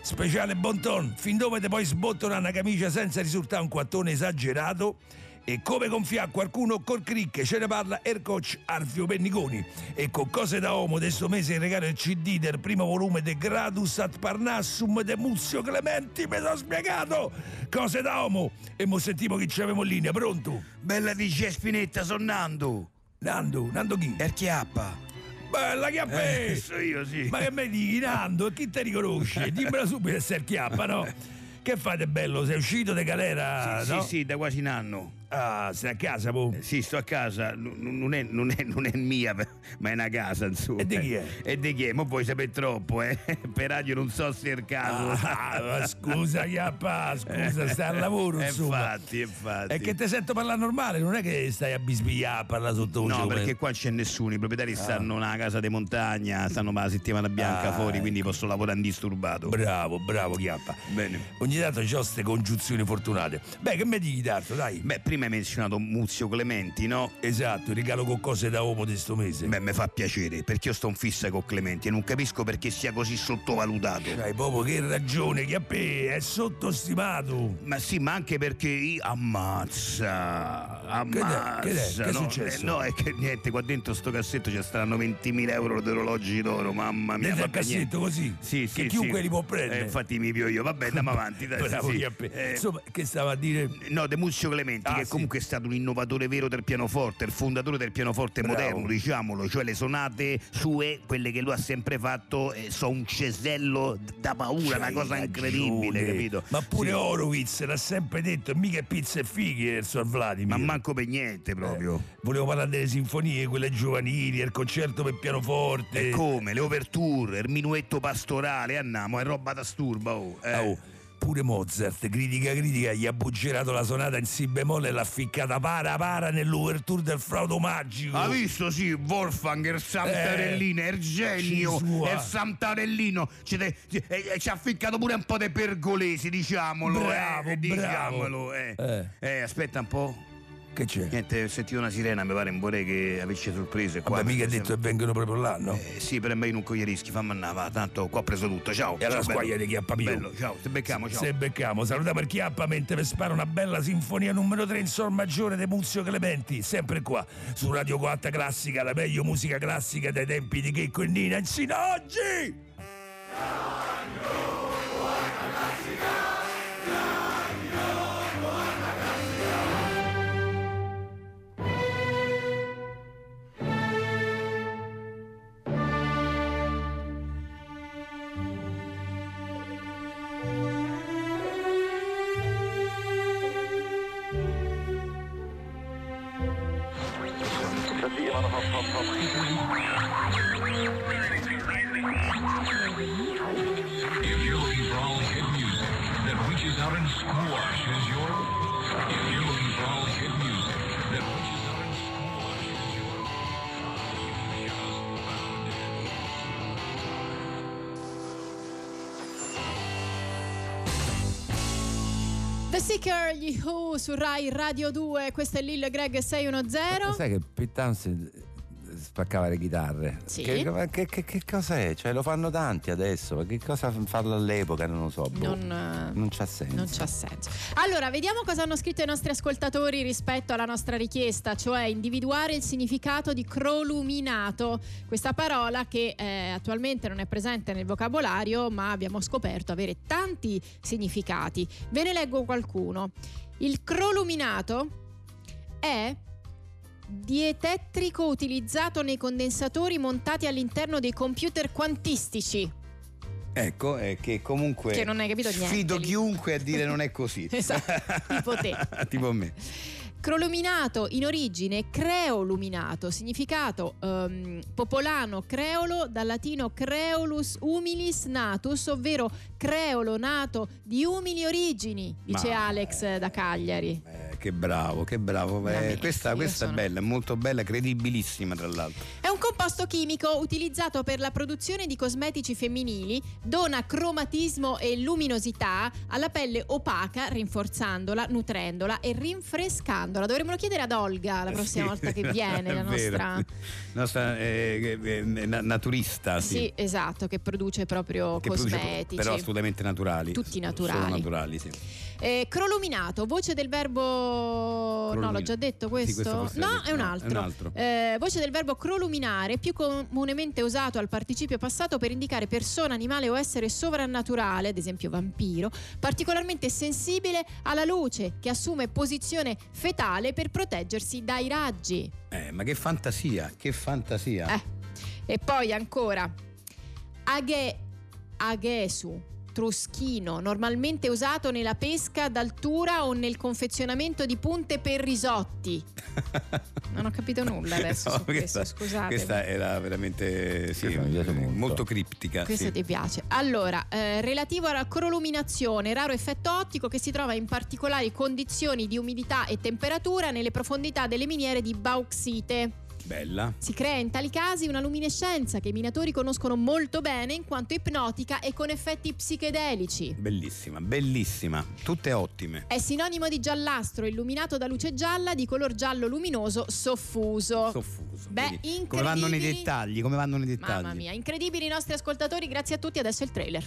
S4: Speciale bonton, fin dove te poi sbottona una camicia senza risultare un quattone esagerato e come gonfiare qualcuno col cric ce ne parla il coach Arfio Penniconi e con cose da omo di sto mese in regalo il cd del primo volume de Gradus ad Parnassum de Muzio Clementi mi sono spiegato cose da omo e mo sentiamo chi ci avevamo in linea, pronto?
S3: Bella dice Spinetta, sono Nando.
S4: Nando, Nando chi?
S3: Per chiappa.
S4: Bella chiappa!
S3: Eh, so io sì.
S4: Ma che me dici, Nando? E chi te riconosce? Dimmela subito se è il chiappa, no? Che fate bello? Sei uscito di galera?
S3: sì,
S4: no?
S3: sì, sì, da quasi un anno.
S4: Ah, sei a casa, po'.
S3: Eh, Sì, sto a casa, n- n- non, è, non è- non è mia, per- ma è una casa, insomma.
S4: E di chi è?
S3: E di chi è? Ma vuoi sapere troppo, eh? Per radio non so se è il caso.
S4: Ah, ma scusa, chiappa, scusa, stai al lavoro,
S3: Eh,
S4: insomma.
S3: Infatti, infatti.
S4: È che ti sento parlare normale, non è che stai a bisbigliare a parlare sottovoce.
S3: No,
S4: come-
S3: perché qua c'è nessuno, i proprietari stanno nella casa di montagna, stanno per la settimana bianca
S4: Ah,
S3: fuori,
S4: ecco.
S3: quindi posso lavorare indisturbato.
S4: Bravo, bravo, chiappa.
S3: Bene.
S4: Ogni tanto c'ho queste congiunzioni fortunate. Beh, che me dici, tanto, dai?
S3: Beh, prima hai menzionato Muzio Clementi, no?
S4: Esatto, il regalo con cose da uomo di sto mese.
S3: Beh, mi fa piacere, perché io sto in fissa con Clementi e non capisco perché sia così sottovalutato.
S4: C'hai proprio che ragione, che a è sottostimato.
S3: Ma sì, ma anche perché i- ammazza,
S4: Che
S3: ammazza.
S4: ne- che ne- che è
S3: no?
S4: successo?
S3: Eh, no, è che niente, qua dentro sto cassetto ci staranno 20.000 euro di orologi d'oro, mamma mia.
S4: Dentro al
S3: vabbè, niente.
S4: cassetto così?
S3: Sì,
S4: che
S3: sì,
S4: chiunque
S3: sì.
S4: li può prendere.
S3: Eh, infatti mi pio io, vabbè, andiamo avanti. Dai,
S4: Bravo,
S3: sì, sì.
S4: Chiappè.
S3: Eh,
S4: Insomma, che stava a dire?
S3: No, De Muzio Clementi,
S4: Ah,
S3: che
S4: sì.
S3: comunque è stato un innovatore vero del pianoforte, il fondatore del pianoforte
S4: Bravo.
S3: moderno, diciamolo, cioè le sonate sue, quelle che lui ha sempre fatto, eh, sono un cesello d- da paura, una
S4: C'hai
S3: cosa
S4: ragione.
S3: incredibile, capito?
S4: Ma pure
S3: Sì.
S4: Horowitz l'ha sempre detto, mica è pizza e fighi il suo
S3: Ma
S4: Vladimir. Eh,
S3: manco per niente proprio.
S7: Eh,
S4: Volevo parlare delle sinfonie, quelle giovanili, il concerto per pianoforte.
S7: eh.
S3: E come? Le overture, il minuetto pastorale, andiamo, è roba da sturba, oh. eh.
S4: Ah, oh,
S7: Pure Mozart, critica critica, gli ha buggerato la sonata in si bemolle e l'ha ficcata para para nell'ouverture del fraudo magico.
S11: Ha visto, sì, Wolfgang, il Santarellino, il genio,
S7: Eh, ci sua.
S11: il Santarellino. Ci, de- ci- e- e ci ha ficcato pure un po' dei pergolesi, diciamolo.
S7: Bravo,
S11: eh,
S7: bravo.
S11: Diciamolo, eh.
S7: Eh.
S11: Eh, aspetta un po'.
S7: Che c'è?
S11: Niente, sentivo una sirena, mi pare, non vorrei che avesse sorprese qua.
S7: Vabbè, mica ha
S11: Perché
S7: detto che vengono proprio là, no?
S11: siamo- Eh, sì, per me non coglierischi, fammi andare, va, tanto qua ho preso tutto, ciao.
S7: E allora
S4: cioè,
S11: ciao,
S7: squaglia di
S11: bello.
S7: Chiappa Pio.
S11: Bello, ciao, ti
S4: diciamo
S11: beccamo, ciao.
S7: Se beccamo, salutiamo il Chiappa mentre vi spara una bella sinfonia numero 3 in sol maggiore di Muzio Clementi, sempre qua, su Radio 4 Classica, la meglio musica classica dai tempi di Checco e Nina, insino oggi!
S2: The Seeker, gli Who su Rai Radio 2, questo è Lil Greg 610.
S4: Sai che Pete Townsend eh, spaccava le chitarre.
S2: Sì.
S4: Che, che- che- che cosa è? Cioè, lo fanno tanti adesso, ma che cosa farlo all'epoca? Non lo so. boh.
S2: Non, eh,
S4: Non c'ha senso.
S2: Non c'ha senso. Allora, vediamo cosa hanno scritto i nostri ascoltatori rispetto alla nostra richiesta, cioè individuare il significato di croluminato, questa parola che eh, attualmente non è presente nel vocabolario, ma abbiamo scoperto avere tanti significati. Ve ne leggo qualcuno. Il croluminato è dietetrico utilizzato nei condensatori montati all'interno dei computer quantistici.
S3: Ecco, è che comunque.
S2: Che Cioè, non hai capito niente
S3: Sfido
S2: lì.
S3: chiunque a dire non è così.
S2: Esatto, tipo te.
S3: tipo me.
S2: Croluminato in origine creoluminato, significato ehm, popolano creolo dal latino creolus humilis natus, ovvero creolo nato di umili origini, dice
S3: Ma-
S2: Alex eh, da Cagliari.
S3: Eh, che bravo, che bravo. Eh,
S2: Veramente,
S3: questa
S2: io
S3: questa
S2: sono-
S3: è bella, è molto bella, credibilissima tra l'altro.
S2: È un composto chimico utilizzato per la produzione di cosmetici femminili, dona cromatismo e luminosità alla pelle opaca, rinforzandola, nutrendola e rinfrescandola. Dovremmo chiedere ad Olga la prossima
S3: Eh Sì,
S2: volta che
S3: no,
S2: viene,
S3: è
S2: la
S3: vero.
S2: nostra...
S3: Nostra, eh, eh, eh, na- naturista, sì.
S2: Sì, esatto, che produce proprio
S3: Che produce-
S2: cosmetici.
S3: però assolutamente naturali.
S2: Tutti
S3: Solo
S2: naturali.
S3: naturali, sì.
S2: Eh, croluminato, voce del verbo. No,
S3: Crolumina-
S2: l'ho già detto
S3: Sì,
S2: questo.
S3: questo forse l'hai
S2: no,
S3: detto,
S2: è un
S3: no, è
S2: altro.
S3: un altro.
S2: Eh, voce del verbo croluminare, più comunemente usato al participio passato per indicare persona, animale o essere sovrannaturale, ad esempio vampiro, particolarmente sensibile alla luce, che assume posizione fetale per proteggersi dai raggi.
S3: Eh, ma che fantasia, che fantasia.
S2: Eh. E poi ancora aghe, aghesu, truschino, normalmente usato nella pesca d'altura o nel confezionamento di punte per risotti. Non ho capito nulla adesso
S3: No,
S2: su questo,
S3: questa,
S2: scusate.
S3: Questa era veramente sì, eh,
S4: Questa mi piace molto.
S3: criptica.
S2: Questo
S3: sì.
S2: ti piace. Allora, eh, relativo alla croluminazione, raro effetto ottico che si trova in particolari condizioni di umidità e temperatura nelle profondità delle miniere di bauxite.
S3: Bella.
S2: Si crea in tali casi una luminescenza che i minatori conoscono molto bene in quanto ipnotica e con effetti psichedelici.
S3: Bellissima, bellissima, tutte ottime.
S2: È sinonimo di giallastro illuminato da luce gialla di color giallo luminoso soffuso.
S3: Soffuso.
S2: Oh. Beh,
S3: Vedi? come vanno nei
S2: incredibili.
S3: dettagli, come vanno nei dettagli.
S2: Mamma mia, incredibili i nostri ascoltatori, grazie a tutti, adesso il trailer.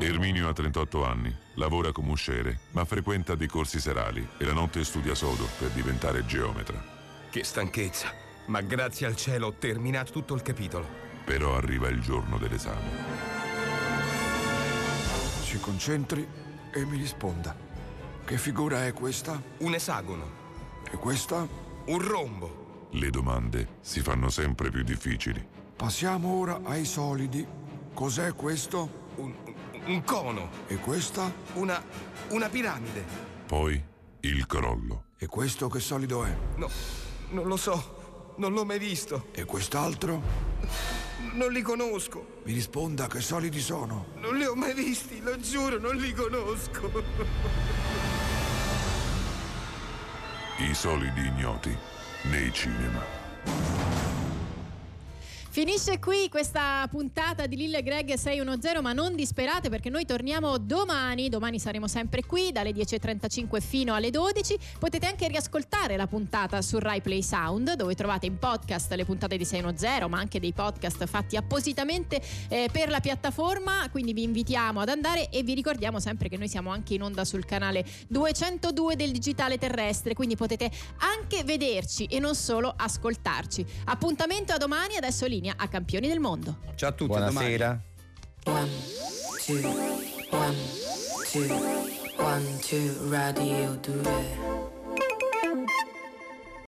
S12: Erminio ha 38 anni, lavora come usciere, ma frequenta dei corsi serali e la notte studia sodo per diventare geometra.
S13: Che stanchezza. Ma grazie al cielo ho terminato tutto il capitolo.
S12: Però arriva il giorno dell'esame.
S14: Si concentri e mi risponda. Che figura è questa?
S13: Un esagono.
S14: E questa?
S13: Un rombo.
S12: Le domande si fanno sempre più difficili.
S14: Passiamo ora ai solidi. Cos'è questo?
S13: Un, un- un cono.
S14: E questa?
S13: Una. una piramide.
S12: Poi il crollo.
S14: E questo che solido è?
S13: No, non lo so. Non l'ho mai visto.
S14: E quest'altro? Non li conosco.
S7: Mi risponda che solidi sono.
S14: Non li ho mai visti, lo giuro, non li conosco.
S12: I solidi ignoti nei cinema.
S2: Finisce qui questa puntata di Lille Greg 610, ma non disperate perché noi torniamo domani, domani saremo sempre qui dalle 10.35 fino alle 12. Potete anche riascoltare la puntata su Rai Play Sound dove trovate in podcast le puntate di 610, ma anche dei podcast fatti appositamente eh, per la piattaforma, quindi vi invitiamo ad andare e vi ricordiamo sempre che noi siamo anche in onda sul canale 202 del digitale terrestre, quindi potete anche vederci e non solo ascoltarci. Appuntamento a domani, adesso lì a Campioni del Mondo.
S3: Ciao a tutti, a domani.
S4: Buonasera.
S1: One, two, one, two, one, two, radio 2.